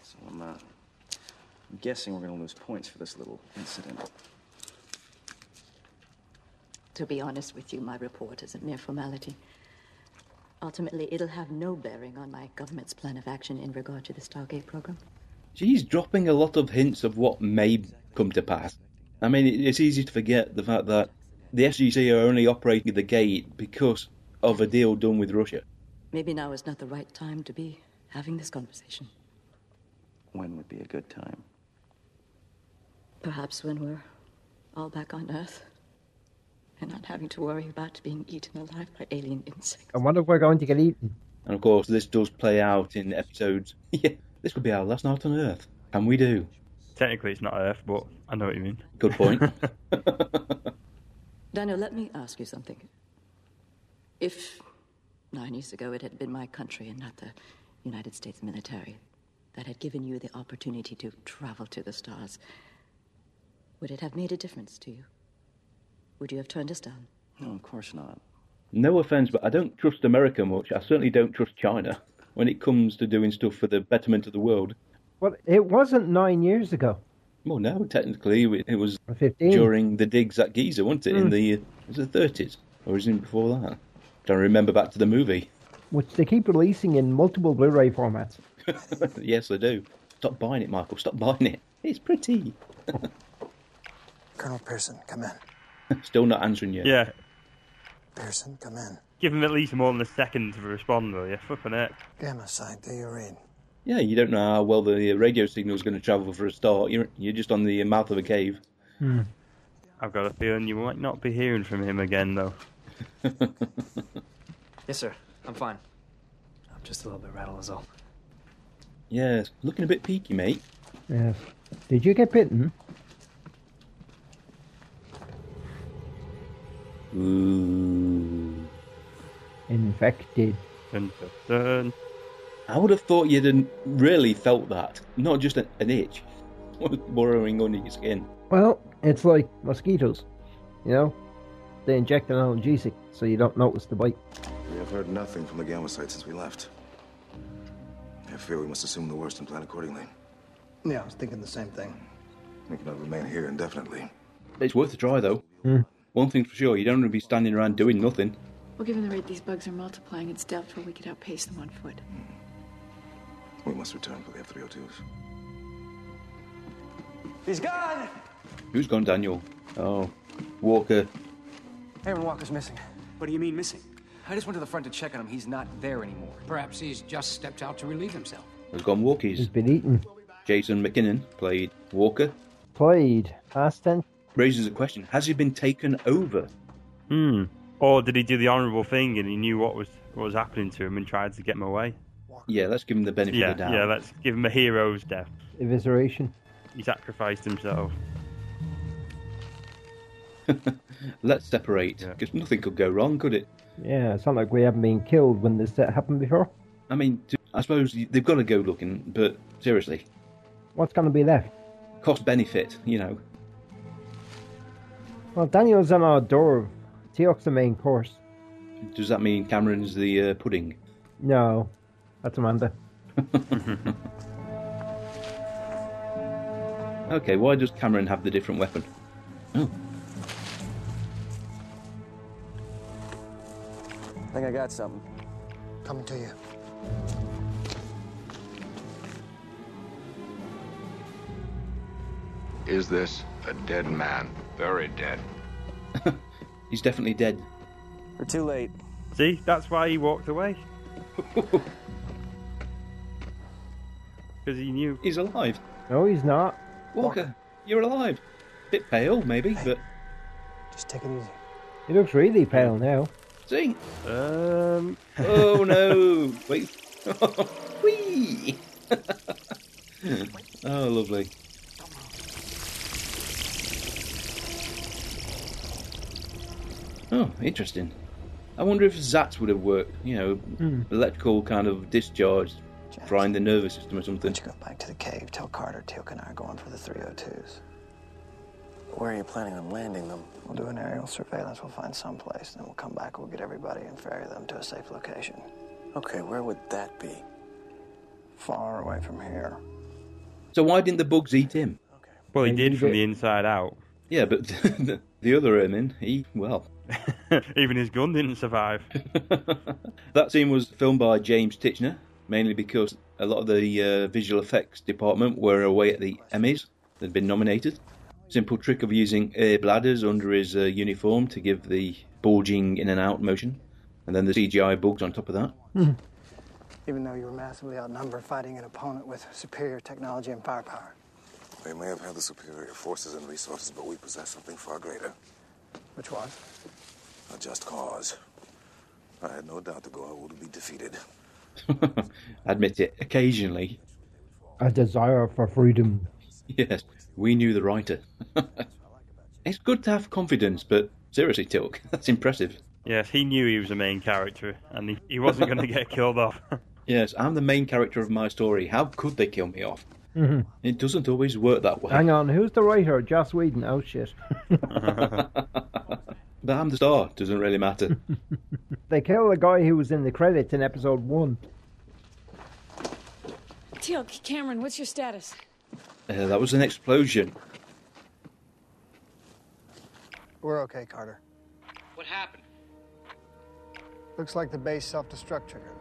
S7: So I'm, uh, I'm guessing we're going to lose points for this little incident.
S12: To be honest with you, my report is a mere formality. Ultimately, it'll have no bearing on my government's plan of action in regard to the Stargate program.
S4: She's dropping a lot of hints of what may come to pass. I mean, it- it's easy to forget the fact that the SGC are only operating the gate because of a deal done with Russia.
S12: Maybe now is not the right time to be having this conversation.
S7: When would be a good time?
S12: Perhaps when we're all back on Earth and not having to worry about being eaten alive by alien insects.
S2: I wonder if we're going to get eaten.
S4: And of course, this does play out in episodes. yeah, this could be our last night on Earth. And we do.
S3: Technically, it's not Earth, but I know what you mean.
S4: Good point.
S12: Daniel, let me ask you something. If nine years ago it had been my country and not the United States military that had given you the opportunity to travel to the stars, would it have made a difference to you? Would you have turned us down?
S7: No, of course not.
S4: No offense, but I don't trust America much. I certainly don't trust China when it comes to doing stuff for the betterment of the world.
S2: Well, it wasn't nine years ago.
S4: Well, no, technically, it- it was
S2: 15.
S4: during the digs at Giza, wasn't it? In
S2: Hmm.
S4: the was it the 30s, or was it before that? Don't remember back to the movie.
S2: Which they keep releasing in multiple Blu-ray formats.
S4: yes, I do. Stop buying it, Michael. Stop buying it. It's pretty.
S17: Colonel Pearson, come in.
S4: Still not answering you.
S3: Yeah,
S17: Pearson, come in.
S3: give him at least more than a second to respond, will you? Flipping it.
S17: Gamma side, do you read?
S4: Yeah, you don't know how well the radio signal's going to travel for a start. You're you're just on the mouth of a cave.
S3: I've got a feeling you might not be hearing from him again, though.
S8: Yes, sir. I'm fine. I'm just a little bit rattled, is all.
S4: Yes, looking a bit peaky, mate.
S2: Yes. Did you get bitten?
S4: Ooh.
S2: Infected.
S4: I would have thought you'd have really felt that, not just an, an itch burrowing under your skin.
S2: Well, it's like mosquitoes. You know, they inject an analgesic so you don't notice the bite.
S18: We have heard nothing from the Gamma site since we left. I fear we must assume the worst and plan accordingly.
S17: Yeah, I was thinking the same thing.
S18: We cannot remain here indefinitely.
S4: It's worth a try, though. One thing's for sure, you don't want to be standing around doing nothing.
S19: Well, given the rate these bugs are multiplying, it's doubtful we could outpace them on foot.
S18: We must return for the F-302s.
S21: He's gone!
S4: Who's gone, Daniel? Oh, Walker.
S8: Aaron Walker's missing. What do you mean missing? I just went to the front to check on him. He's not there anymore.
S5: Perhaps he's just stepped out to relieve himself.
S4: Has gone walkies. He's
S2: been eaten.
S4: Jason McKinnon played Walker.
S2: Played. Past tense.
S4: Raises a question Has he been taken over?
S3: Hmm. Or did he do the honourable thing and he knew what was what was happening to him and tried to get him away?
S4: Yeah, let's give him the benefit
S3: Yeah,
S4: of the doubt.
S3: yeah. Let's give him a hero's death.
S2: Evisceration.
S3: He sacrificed himself.
S4: Let's separate, because nothing could go wrong, could it?
S2: Yeah, it's not like we haven't been killed when this uh, happened before.
S4: I mean, t- I suppose y- they've got to go looking, but seriously,
S2: What's going to be left?
S4: cost benefit, you know.
S2: Well, Daniel's an hors d'oeuvre. Teok's the main course.
S4: Does that mean Cameron's the uh, pudding?
S2: No, that's Amanda.
S4: Okay, why does Cameron have the different weapon?
S7: I think I got something.
S17: Coming to you.
S1: Is this a dead man? Very dead.
S4: He's definitely dead.
S3: We're too late. See, that's why he walked away. Because he knew
S4: he's alive.
S2: No, he's not.
S4: Walker, you're alive. Bit pale, maybe, but
S17: Just take it easy.
S2: He looks really pale now.
S4: see.
S3: Um.
S4: Oh no! Wait. Whee! oh, lovely. Oh, interesting. I wonder if Zats would have worked. You know,
S6: Hmm.
S4: electrical kind of discharge, frying the nervous system or something.
S6: Back to the cave. Tell Carter, Teal'c, and I are going for the 302s. Where are you planning on landing them? We'll do an aerial surveillance. We'll find someplace. Then we'll come back. We'll get everybody and ferry them to a safe location. Okay, where would that be? Far away from here.
S4: So why didn't the bugs eat him?
S3: Well, he did from the inside out.
S4: Yeah, but the, the other Ermin, he well,
S3: even his gun didn't survive.
S4: That scene was filmed by James Titchener, mainly because a lot of the uh, visual effects department were away at the Emmys. They'd been nominated. Simple trick of using air bladders under his uh, uniform to give the bulging in and out motion, and then the CGI bugs on top of that.
S6: Even though you were massively outnumbered fighting an opponent with superior technology and firepower.
S18: They may have had the superior forces and resources, but we possess something far greater.
S6: Which was?
S18: A just cause. I had no doubt the Goa'uld would be defeated.
S4: Admit it, occasionally.
S2: A desire for freedom.
S4: Yes, we knew the writer. it's good to have confidence, but seriously, Tilk, that's impressive.
S3: Yes, he knew he was the main character, and he, he wasn't going to get killed off.
S4: Yes, I'm the main character of my story. How could they kill me off? It doesn't always work that way.
S2: Mm-hmm. Hang on, who's the writer? Joss Whedon. Oh shit.
S4: But I'm the star, doesn't really matter.
S2: they kill the guy who was in the credits in episode one.
S14: Teal'c, Cameron, what's your status?
S4: Uh, that was an explosion.
S6: We're okay, Carter.
S5: What happened?
S6: Looks like the base self destruct trigger.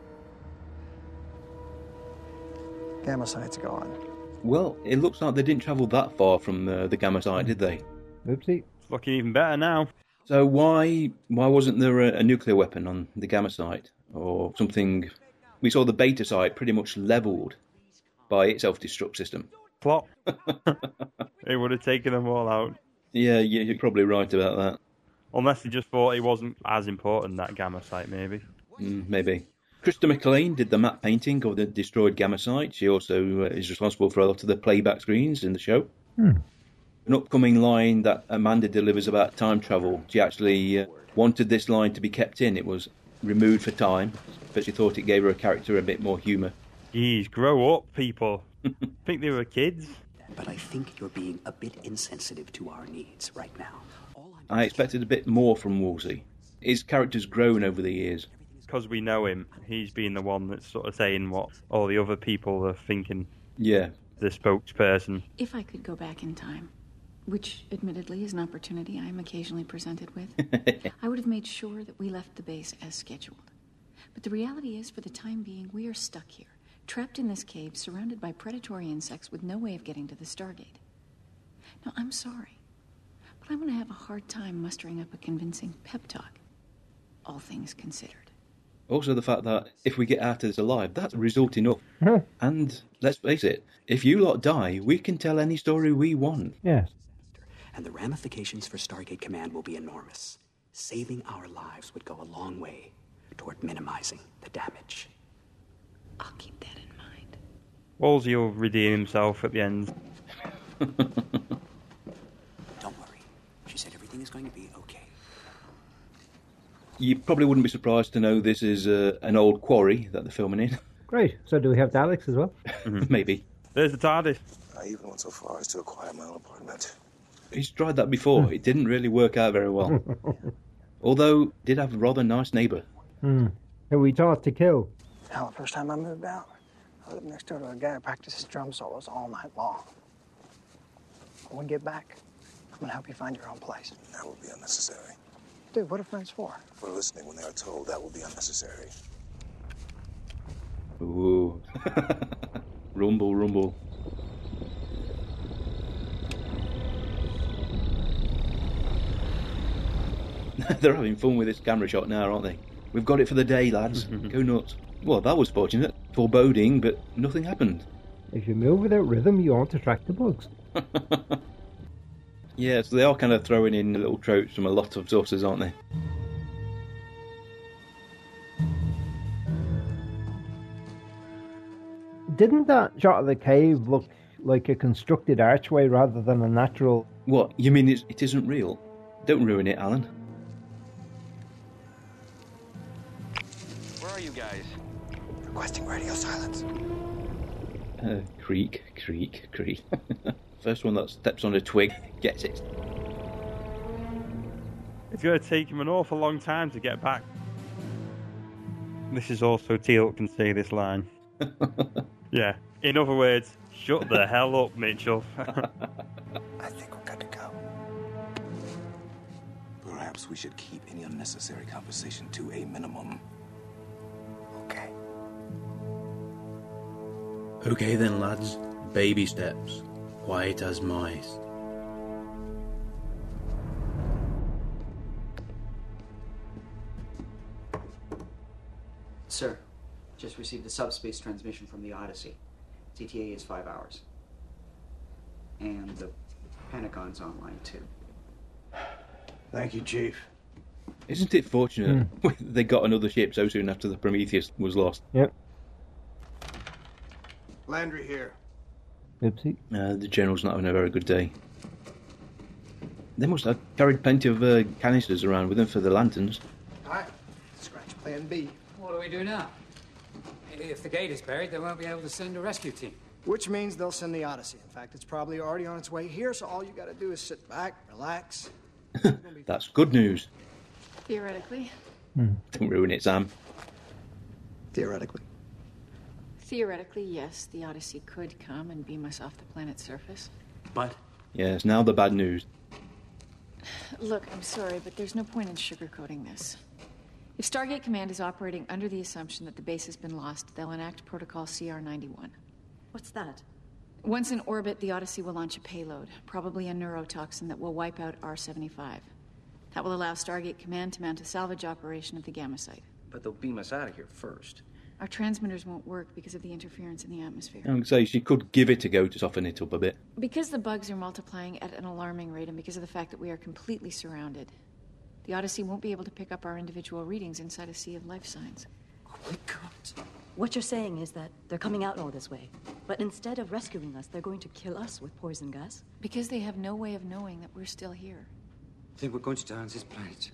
S6: Gamma sites gone.
S4: Well, it looks like they didn't travel that far from uh, the gamma site, did they?
S2: Oopsie.
S3: It's looking even better now.
S4: So why why wasn't there a, a nuclear weapon on the gamma site or something? We saw the beta site pretty much leveled by its self-destruct system.
S3: Plop. it would have taken them all out.
S4: Yeah, you- you're probably right about that.
S3: Unless they just thought it wasn't as important, that gamma site, maybe.
S4: Mm, maybe. Krista McLean did the map painting of the destroyed gamma site. She also uh, is responsible for a lot of the playback screens in the show.
S2: Hmm.
S4: An upcoming line that Amanda delivers about time travel. She actually uh, wanted this line to be kept in. It was removed for time, but she thought it gave her character a bit more humour.
S3: Geez, grow up, people. think they were kids.
S20: But I think you're being a bit insensitive to our needs right now.
S4: I expected a bit more from Wolsey. His character's grown over the years.
S3: Because we know him, he's been the one that's sort of saying what all the other people are thinking.
S4: Yeah.
S3: The spokesperson.
S19: If I could go back in time, which admittedly is an opportunity I am occasionally presented with, I would have made sure that we left the base as scheduled. But the reality is, for the time being, we are stuck here, trapped in this cave, surrounded by predatory insects with no way of getting to the Stargate. Now, I'm sorry, but I'm going to have a hard time mustering up a convincing pep talk, all things considered.
S4: Also, the fact that if we get out of this alive, that's result enough. and let's face it, if you lot die, we can tell any story we want.
S2: Yes.
S20: And the ramifications for Stargate Command will be enormous. Saving our lives would go a long way toward minimizing the damage.
S3: Wolsey will redeem himself at the end.
S20: Don't worry. She said everything is going to be okay.
S4: You probably wouldn't be surprised to know this is uh, an old quarry that they're filming in.
S2: Great. So do we have Daleks as well?
S4: Maybe.
S3: There's the TARDIS.
S18: I even went so far as to acquire my own apartment.
S4: He's tried that
S3: Hmm.
S4: before. It didn't really work out very well. Although, did have a rather nice neighbour.
S2: Hmm. Who we taught to kill?
S6: Hell, the first time I moved out, I lived next door to a guy who practices drum solos all night long. When we get back, I'm gonna help you find your own place.
S18: That would be unnecessary.
S6: Dude, what are friends for?
S18: For listening when they are told that would be unnecessary.
S4: Ooh. rumble, rumble. They're having fun with this camera shot now, aren't they? We've got it for the day, lads.
S3: Mm-hmm.
S4: Go nuts. Well, that was fortunate. Foreboding, but nothing happened.
S2: If you move without rhythm, you aren't attract the bugs.
S4: Yeah, so they are kind of throwing in little tropes from a lot of sources, aren't they?
S2: Didn't that shot of the cave look like a constructed archway rather than a natural?
S4: What? You mean it's, it isn't real? Don't ruin it, Alan.
S13: are you guys?
S6: Requesting radio silence.
S4: Uh, creak, creak, creak. First one that steps on a twig gets it.
S3: It's going to take him an awful long time to get back. This is also Teal can say this line. yeah. In other words, shut the hell up, Mitchell.
S17: I think we're good to go.
S18: Perhaps we should keep any unnecessary conversation to a minimum.
S17: Okay.
S9: Okay then, lads. Baby steps. Quiet as mice.
S13: Sir, just received a subspace transmission from the Odyssey. CTA is five hours. And the Pentagon's online too.
S11: Thank you, Chief.
S4: Isn't it fortunate they got another ship so soon after the Prometheus was lost?
S2: Yep.
S11: Landry here.
S2: Oopsie.
S4: Uh, the general's not having a very good day. They must have carried plenty of uh, canisters around with them for the lanterns.
S6: All right. Scratch Plan B.
S5: What do we do now? If the gate is buried, they won't be able to send a rescue team.
S17: Which means they'll send the Odyssey. In fact, it's probably already on its way here, so all you gotta do is sit back, relax.
S4: That's good news.
S19: Theoretically.
S4: Don't ruin it, Sam.
S6: Theoretically.
S19: Theoretically, yes, the Odyssey could come and beam us off the planet's surface.
S4: But? Yes, now the bad news.
S19: Look, I'm sorry, but there's no point in sugarcoating this. If Stargate Command is operating under the assumption that the base has been lost, they'll enact Protocol CR 91.
S12: What's that?
S19: Once in orbit, the Odyssey will launch a payload, probably a neurotoxin that will wipe out R 75. That will allow Stargate Command to mount a salvage operation of the gamma site.
S13: But they'll beam us out of here first.
S19: Our transmitters won't work because of the interference in the atmosphere.
S4: I'm going to say she could give it a go to soften it up a bit.
S19: Because the bugs are multiplying at an alarming rate, and because of the fact that we are completely surrounded, the Odyssey won't be able to pick up our individual readings inside a sea of life signs.
S12: What you're saying is that they're coming out all this way, but instead of rescuing us, they're going to kill us with poison gas?
S19: Because they have no way of knowing that we're still here.
S13: They were going to die on this planet.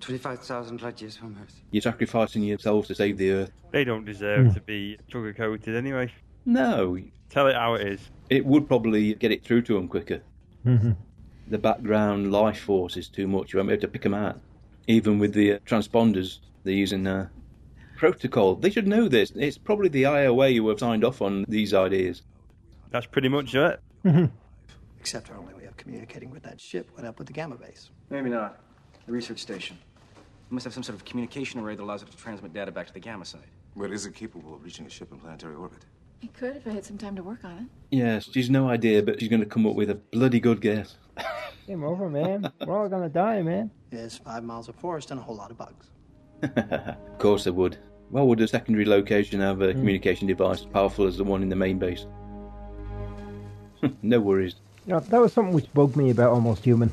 S13: 25,000 light years from Earth.
S4: You're sacrificing yourselves to save the Earth.
S3: They don't deserve to be sugarcoated anyway.
S4: No.
S3: Tell it how it is.
S4: It would probably get it through to them quicker. The background life force is too much. You won't be able to pick them out. Even with the uh, transponders, they're using uh, protocol. They should know this. It's probably the IOA who have signed off on these ideas.
S3: That's pretty much it.
S2: Mm-hmm.
S6: Except our only way of communicating with that ship went up with the Gamma Base.
S7: Maybe not. The research
S6: station.
S7: We must have some sort of communication array that allows it to transmit data back to the gamma site.
S18: But is it capable of reaching a ship in planetary orbit?
S19: I could if I had some time to work on it.
S4: Yes, she's no idea, but she's going to come up with a bloody good guess.
S2: Game over, man. We're all gonna die, man.
S6: There's five miles of forest and a whole lot of bugs.
S4: of course they would. Well, would a secondary location have a communication device as powerful as the one in the main base? no worries.
S2: Yeah, that was something which bugged me about Almost Human.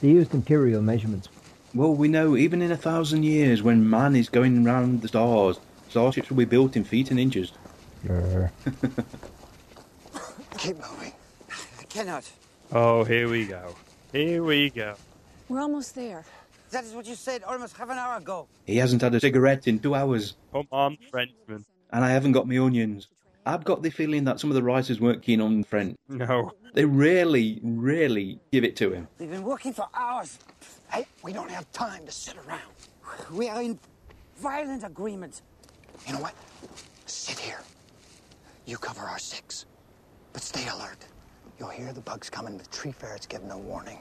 S2: They used imperial measurements.
S4: Well, we know even in a thousand years, when man is going round the stars, starships will be built in feet and inches.
S6: Keep moving.
S13: I cannot.
S3: Oh, here we go. Here we go.
S13: We're almost there. That is what you said almost half an hour ago.
S4: He hasn't had a cigarette in two hours,
S3: Come on, Frenchman.
S4: and I haven't got my onions. I've got the feeling that some of the writers weren't keen on French.
S3: No.
S4: They really, really give it to him.
S6: We've been working for hours. Hey, we don't have time to sit around.
S13: We are in violent agreement.
S6: You know what? Sit here. You cover our six. But stay alert. You'll hear the bugs coming. The tree ferrets give no warning.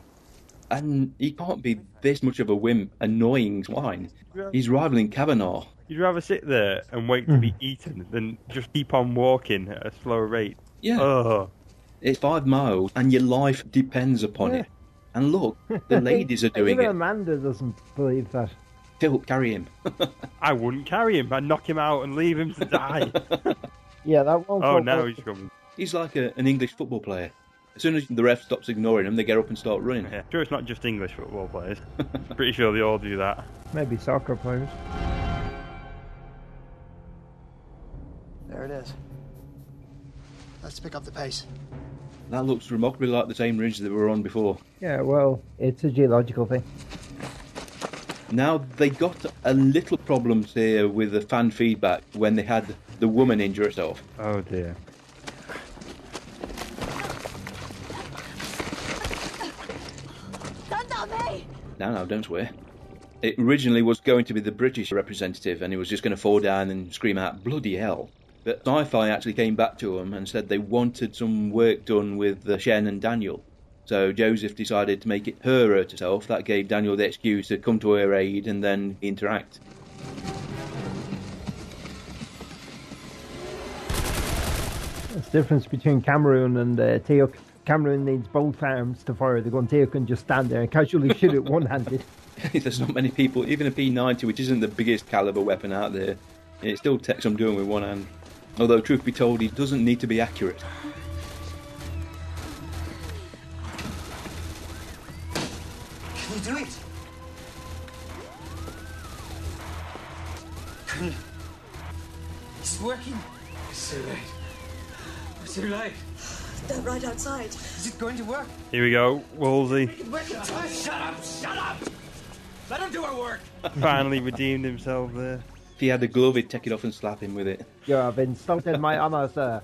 S4: And he can't be this much of a wimp, annoying swine. He's rivaling Kavanaugh.
S3: You'd rather sit there and wait to be eaten than just keep on walking at a slower rate.
S4: Yeah. It's five miles, and your life depends upon it. And look, the ladies are doing
S2: Even
S4: it.
S2: Amanda doesn't believe that.
S4: Still carry him.
S3: I wouldn't carry him. I'd knock him out and leave him to die.
S2: Yeah, that one.
S3: oh, now he's coming.
S4: He's like a, an English football player. As soon as the ref stops ignoring him, they get up and start running.
S3: Yeah. Sure, it's not just English football players. Pretty sure they all do that.
S2: Maybe soccer players.
S6: There it is. Let's pick up the pace.
S4: That looks remarkably like the same ridge that we were on before.
S2: Yeah, well, it's a geological thing.
S4: Now, they got a little problems here with the fan feedback when they had the woman injure herself.
S3: Oh dear.
S4: No, no, don't swear. It originally was going to be the British representative and he was just going to fall down and scream out, bloody hell. But sci fi actually came back to them and said they wanted some work done with uh, Shen and Daniel. So Joseph decided to make it her hurt herself. That gave Daniel the excuse to come to her aid and then interact.
S2: That's the difference between Cameroon and uh, Teok. Cameroon needs both arms to fire the gun. Teok can just stand there and casually shoot it one handed.
S4: There's not many people, even a P90, which isn't the biggest caliber weapon out there, it still takes some doing with one hand. Although, truth be told, he doesn't need to be accurate.
S21: Can you do it? Can you?
S5: It's working. It's too late. It's too late.
S21: They're right outside.
S5: Is it going to work?
S3: Here we go, Woolsey.
S5: Shut up! Shut up! Let him do her work.
S3: Finally redeemed himself there.
S4: If he had a glove, he'd take it off and slap him with it.
S2: You have insulted my honor, sir.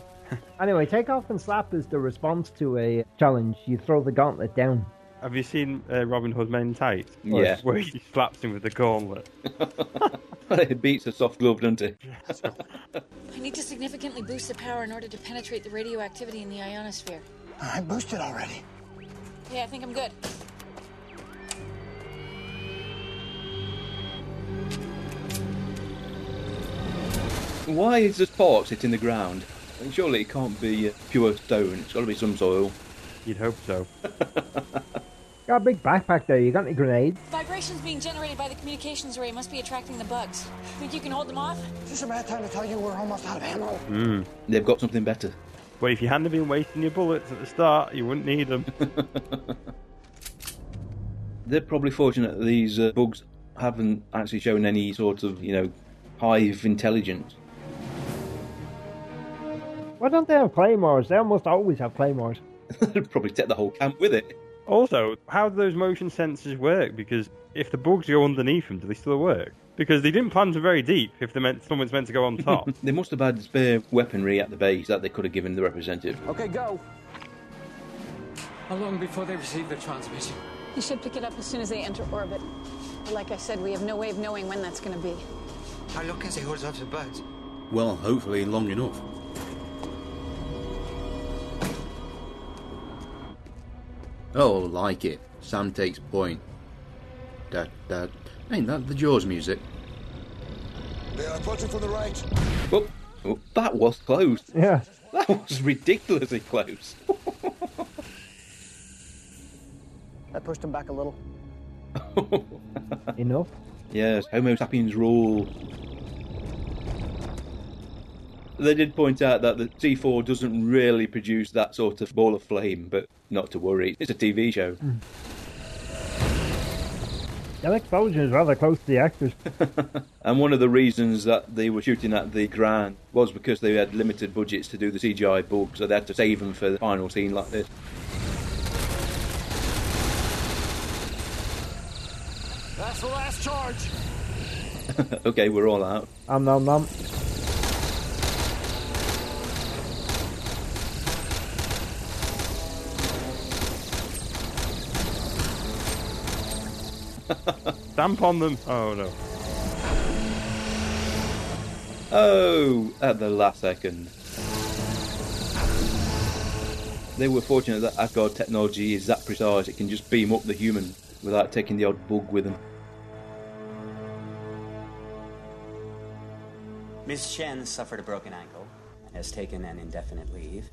S2: Anyway, take off and slap is the response to a challenge. You throw the gauntlet down.
S3: Have you seen uh, Robin Hood Men in Tights? Where-
S4: Yeah.
S3: Where he slaps him with the gauntlet.
S4: it beats a soft glove, doesn't it?
S14: I need to significantly boost the power in order to penetrate the radioactivity in the ionosphere.
S21: I boosted already.
S14: Yeah, I think I'm good.
S4: Why is the spark sitting in the ground? Surely it can't be uh, pure stone. It's got to be some soil.
S3: You'd hope so.
S2: Got a big backpack there. You got any grenades?
S14: Vibrations being generated by the communications array must be attracting the bugs. Think you can hold them off?
S21: Just a bad time to tell you we're almost out of ammo.
S3: Mm.
S4: They've got something better.
S3: But if you hadn't been wasting your bullets at the start, you wouldn't need them.
S4: They're probably fortunate that these uh, bugs haven't actually shown any sort of, you know, hive intelligence.
S2: Why don't they have claymores? They almost always have claymores.
S4: They'd probably take the whole camp with it.
S3: also, how do those motion sensors work? Because if the bugs go underneath them, do they still work? Because they didn't plant them very deep if they meant someone's meant to go on top.
S4: they must have had spare weaponry at the base that they could have given the representative.
S5: Okay, go. How long before they receive their transmission?
S14: You should pick it up as soon as they enter orbit. But like I said, we have no way of knowing when that's going to be.
S21: How long can they hold off the bugs?
S9: Well, hopefully long enough. Oh, like it. Sam takes point. Da da. Ain't that the Jaws music?
S18: They are approaching from the right.
S4: Oh, oh, that was close.
S2: Yeah.
S4: That was ridiculously close.
S21: I pushed him back a little.
S2: Enough.
S4: Yes, Homo sapiens rule. They did point out that the T4 doesn't really produce that sort of ball of flame, but not to worry, it's a TV show.
S2: That explosion is rather close to the actors.
S4: And one of the reasons that they were shooting at the ground was because they had limited budgets to do the CGI bug, so they had to save them for the final scene like this.
S5: That's the last charge.
S4: okay, we're all out.
S2: Om nom nom.
S3: Stamp on them. Oh no.
S4: Oh, at the last second. They were fortunate that Asgard technology is that precise, it can just beam up the human without taking the odd bug with them.
S15: Ms. Chen suffered a broken ankle and has taken an indefinite leave.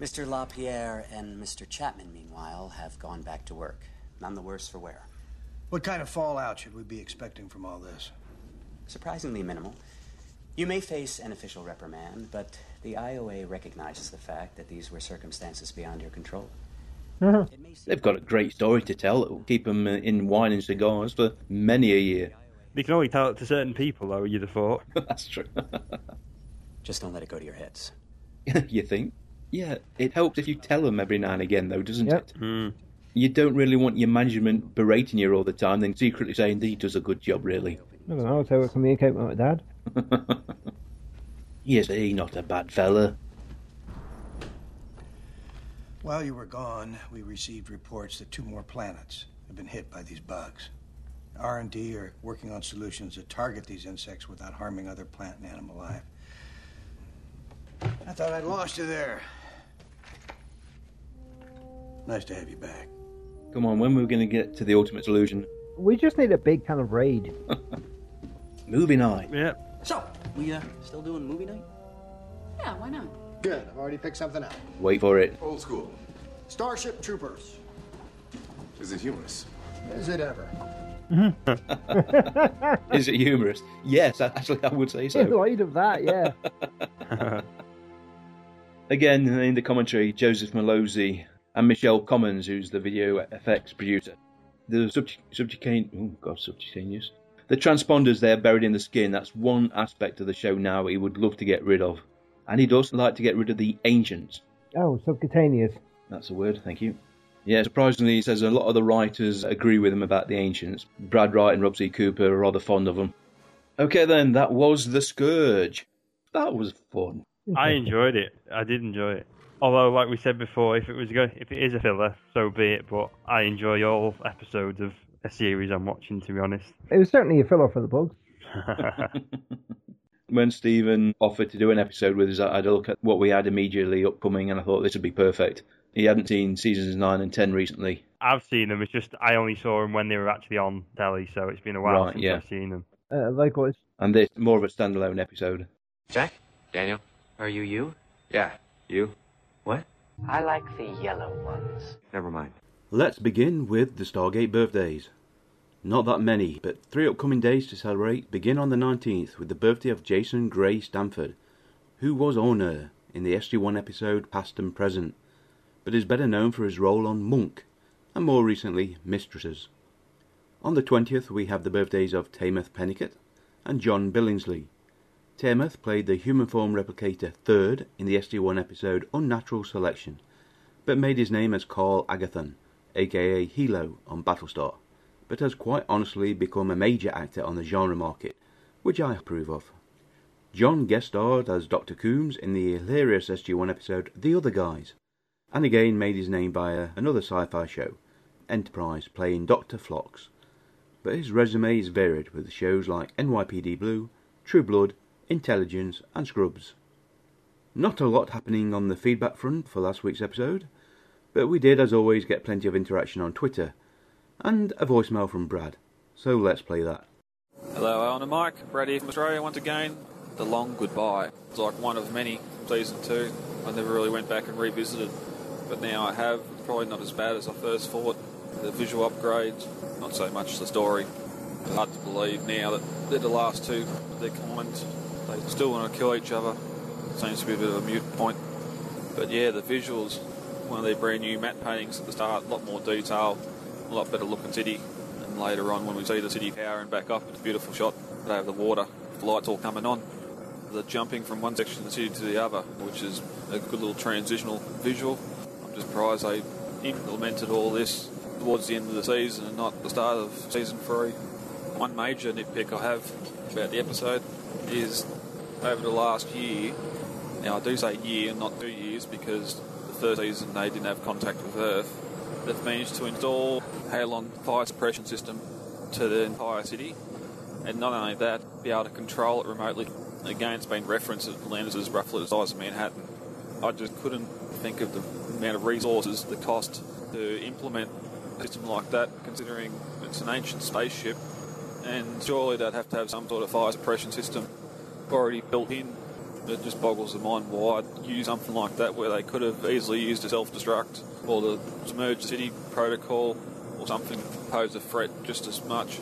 S15: Mr. LaPierre and Mr. Chapman, meanwhile, have gone back to work, none the worse for wear.
S11: What kind of fallout should we be expecting from all this?
S15: Surprisingly minimal. You may face an official reprimand, but the IOA recognizes the fact that these were circumstances beyond your control.
S3: Mm-hmm.
S4: They've got a great story to tell that will keep them in wine and cigars for many a year.
S3: They can only tell it to certain people, though, you'd have thought.
S4: That's true.
S15: Just don't let it go to your heads.
S3: Hmm.
S4: you think? Yeah, it helps if you tell them every now and again, though, doesn't it? You don't really want your management berating you all the time, then secretly saying he does a good job, really.
S2: I don't know, that's how I communicate with my dad.
S4: Yes, he not a bad fella.
S11: While you were gone, we received reports that two more planets have been hit by these bugs. R&D are working on solutions that target these insects without harming other plant and animal life. I thought I'd lost you there. Nice to have you back.
S4: Come on, when are we going to get to the ultimate solution?
S2: We just need a big kind of raid.
S4: Movie night.
S3: Yeah.
S23: So,
S15: we uh, still doing movie night?
S19: Yeah, why not?
S17: Good. I've already picked something out.
S4: Wait for it.
S18: Old school.
S17: Starship Troopers.
S18: Is it humorous?
S17: Is it ever?
S3: Mm-hmm.
S4: Is it humorous? Yes, actually, I would say
S2: In
S4: so.
S2: light of that, yeah.
S4: Again, in the commentary, Joseph Malozzi and Michelle Commons, who's the video effects producer. The subject, subjecane, oh god, subcutaneous. The transponders there buried in the skin, that's one aspect of the show now he would love to get rid of. And he'd also like to get rid of the ancients.
S2: oh, subcutaneous.
S4: That's the word, thank you. Yeah, surprisingly, he says a lot of the writers agree with him about the ancients. Brad Wright and Rob C. Cooper are rather fond of them. Okay, then, that was The Scourge. That was fun.
S3: I enjoyed it. I did enjoy it. Although, like we said before, if it was go- if it is a filler, so be it. But I enjoy all episodes of a series I'm watching. To be honest,
S2: It was certainly a filler for the bugs.
S4: when Stephen offered to do an episode with us, I had a look at what we had immediately upcoming, and I thought this would be perfect. He hadn't seen seasons nine and ten recently.
S3: I've seen them. It's just I only saw them when they were actually on telly, so it's been a while
S4: Right,
S3: since
S4: yeah.
S3: I've seen them.
S2: Uh, likewise.
S4: And this more of a standalone episode.
S22: Jack? Daniel? Are you you?
S4: Yeah, you.
S22: I like the yellow ones.
S4: Never mind.
S9: Let's begin with the Stargate birthdays. Not that many, but three upcoming days to celebrate begin on the 19th with the birthday of Jason Gray Stanford, who was Owner in the SG1 episode Past and Present, but is better known for his role on Monk and more recently Mistresses. On the 20th, we have the birthdays of Tameth Pennicott and John Billingsley. Tameth played the human form replicator third in the SG1 episode Unnatural Selection, but made his name as Carl Agathon, aka Hilo, on Battlestar, but has quite honestly become a major actor on the genre market, which I approve of. John guest starred as Dr. Coombs in the hilarious SG1 episode The Other Guys, and again made his name by uh, another sci fi show, Enterprise, playing Dr. Flox. But his resume is varied with shows like NYPD Blue, True Blood, Intelligence, and Scrubs. Not a lot happening on the feedback front for last week's episode, but we did, as always, get plenty of interaction on Twitter and a voicemail from Brad. So let's play that.
S16: Hello, Alan and Mike. Brad here from Australia once again. The Long Goodbye. It's like one of many from season two. I never really went back and revisited, but now I have. It's probably not as bad as I first thought. The visual upgrades, not so much the story. It's hard to believe now that they're the last two of their kind. They still want to kill each other. Seems to be a bit of a mute point. But yeah, the visuals, one of their brand new matte paintings at the start, a lot more detail, a lot better looking city. And later on, when we see the city power and back up, it's a beautiful shot. They have the water, the lights all coming on. The jumping from one section of the city to the other, which is a good little transitional visual. I'm just surprised they implemented all this towards the end of the season and not the start of season three. One major nitpick I have about the episode is over the last year. Now I do say year, not two years, because the third season they didn't have contact with Earth. They've managed to install Halon fire suppression system to the entire city, and not only that, be able to control it remotely. Again, it's been referenced that Atlantis is roughly the size of Manhattan. I just couldn't think of the amount of resources, the cost to implement a system like that, considering it's an ancient spaceship, and surely they'd have to have some sort of fire suppression system already built in. It just boggles the mind why I'd use something like that where they could have easily used a self destruct or the submerged city protocol or something that posed a threat just as much.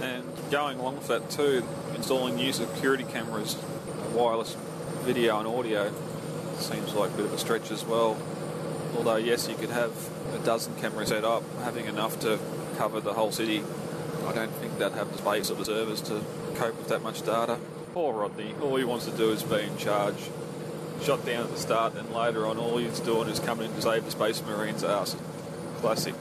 S16: And going along with that too, installing new security cameras, wireless video and audio seems like a bit of a stretch as well. Although yes, you could have a dozen cameras set up, having enough to cover the whole city. I don't think they'd have the space or the servers to cope with that much data. Poor Rodney, all he wants to do is be in charge. Shot down at the start, and later on, all he's doing is coming in to save the Space Marines' ass. Classic.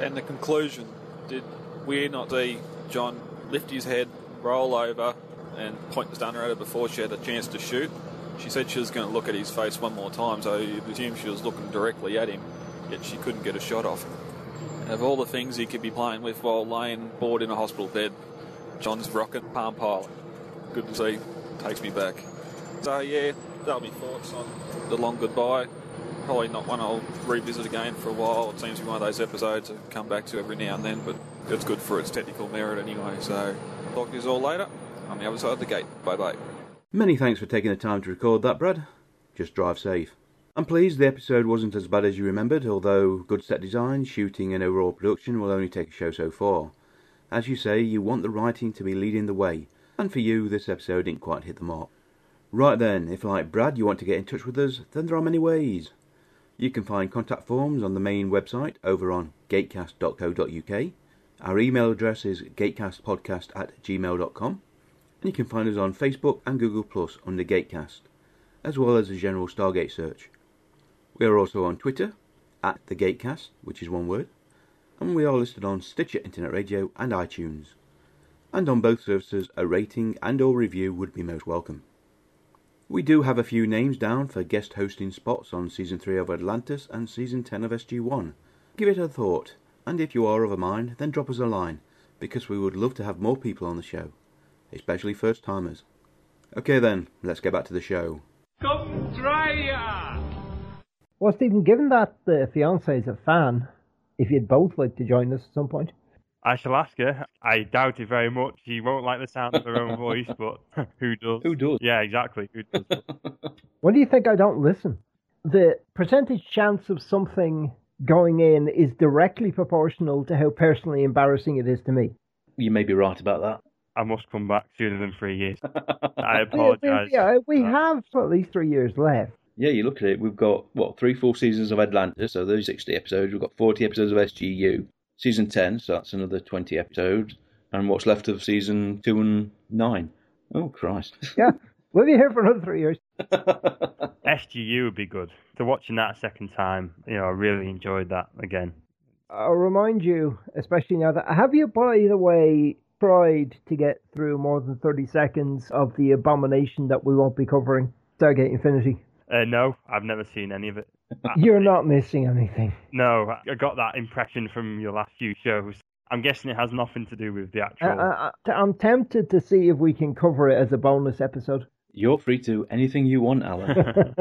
S16: And the conclusion did we not see John lift his head, roll over, and point the stunner at her before she had a chance to shoot? She said she was going to look at his face one more time, so you assume she was looking directly at him, yet she couldn't get a shot off. And of all the things he could be playing with while laying bored in a hospital bed, John's rocket palm pilot. Good to see. Takes me back. So yeah, that'll be thoughts on the long goodbye. Probably not one I'll revisit again for a while. It seems to be one of those episodes I come back to every now and then, but it's good for its technical merit anyway. So talk to you all later on the other side of the gate. Bye bye.
S9: Many thanks for taking the time to record that, Brad. Just drive safe. I'm pleased the episode wasn't as bad as you remembered, although good set design, shooting, and overall production will only take a show so far. As you say, you want the writing to be leading the way, and for you, this episode didn't quite hit the mark. Right then, if like Brad you want to get in touch with us, then there are many ways. You can find contact forms on the main website over on gatecast.co.uk. Our email address is gatecastpodcast at gmail.com. And you can find us on Facebook and Google Plus under Gatecast, as well as a general Stargate search. We are also on Twitter at the Gatecast, which is one word, and we are listed on Stitcher Internet Radio and iTunes. And on both services, a rating and or review would be most welcome. We do have a few names down for guest hosting spots on Season 3 of Atlantis and Season 10 of SG1. Give it a thought, and if you are of a mind, then drop us a line, because we would love to have more people on the show, especially first timers. Okay then, let's get back to the show.
S1: Come try ya!
S2: Well, Stephen, given that the fiance is a fan, if you'd both like to join us at some point.
S3: I shall ask her. I doubt it very much. She won't like the sound of her own voice, but who does?
S4: Who does?
S3: Yeah, exactly. Who does?
S2: What do you think I don't listen? The percentage chance of something going in is directly proportional to how personally embarrassing it is to me.
S4: You may be right about that.
S3: I must come back sooner than three years. I
S2: We- we-
S3: apologise.
S2: yeah, we have at least three years left.
S4: Yeah, you look at it, we've got, what, three, four seasons of Atlantis, so those 60 episodes. We've got 40 episodes of SGU. Season 10, so that's another 20 episodes. And what's left of season 2 and 9. Oh, Christ.
S2: Yeah, we'll be here for another three years.
S3: SGU would be good. So watching that a second time, you know, I really enjoyed that again.
S2: I'll remind you, especially now that have you, by the way, tried to get through more than 30 seconds of the abomination that we won't be covering, Stargate Infinity?
S3: Uh, no, I've never seen any of it. I-
S2: You're not missing anything.
S3: no, I got that impression from your last few shows. I'm guessing it has nothing to do with the
S2: I,
S3: actual.
S2: I, I, I'm tempted to see if we can cover it as a bonus episode.
S4: You're free to anything you want, Alan.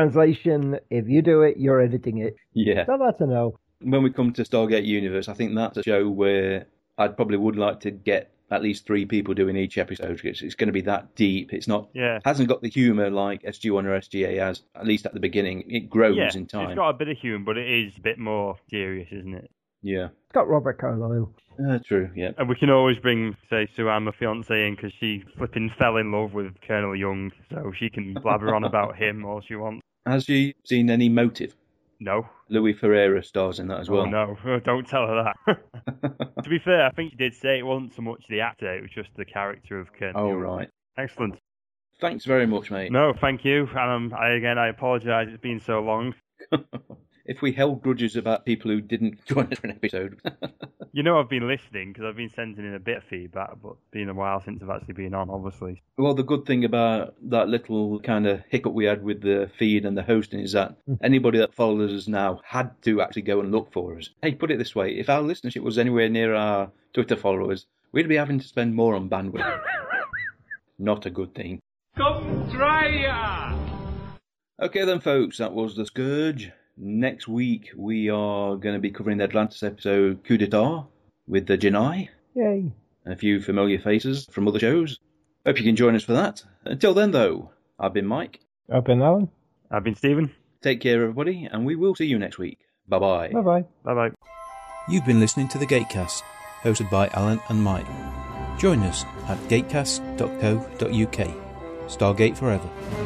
S2: Translation if you do it, you're editing it.
S4: yeah.
S2: So that's a no.
S4: When we come to Stargate Universe, I think that's a show where I probably would like to get at least three people doing each episode because it's going to be that deep. It's not,
S3: Yeah.
S4: hasn't got the humour like SG1 or SGA has, at least at the beginning. It grows
S3: yeah,
S4: in time.
S3: It's got a bit of humour, but it is a bit more serious, isn't it?
S4: Yeah.
S2: It's got Robert Carlyle.
S4: Uh, true, yeah.
S3: And we can always bring, say, Sue Ann, my fiance, in because she flipping fell in love with Colonel Young, so she can blabber on about him all she wants.
S4: Has she seen any motive?
S3: No.
S4: Louis Ferreira stars in that as well.
S3: Oh no! Don't tell her that. to be fair, I think you did say it wasn't so much the actor; it was just the character of Colonel.
S4: Oh,
S3: Young.
S4: right.
S3: Excellent.
S4: Thanks very much, mate.
S3: No, thank you. And um, I again, I apologise. It's been so long.
S4: If we held grudges about people who didn't join us for an episode,
S3: You know, I've been listening because I've been sending in a bit of feedback, but it's been a while since I've actually been on, obviously.
S4: well, the good thing about that little kind of hiccup we had with the feed and the hosting is that anybody that follows us now had to actually go and look for us. Hey, put it this way: if our listenership was anywhere near our Twitter followers, we'd be having to spend more on bandwidth. Not a good thing.
S1: Come try ya!
S4: Okay, then, folks, that was The Scourge. Next week, we are going to be covering the Atlantis episode Coup d'etat with the Genai
S2: Yay.
S4: and a few familiar faces from other shows. Hope you can join us for that. Until then, though, I've been Mike.
S2: I've been Alan.
S3: I've been Stephen.
S4: Take care, everybody, and we will see you next week. Bye bye.
S2: Bye bye.
S3: Bye bye.
S9: You've been listening to The Gatecast, hosted by Alan and Mike. Join us at gatecast.co.uk. Stargate Forever.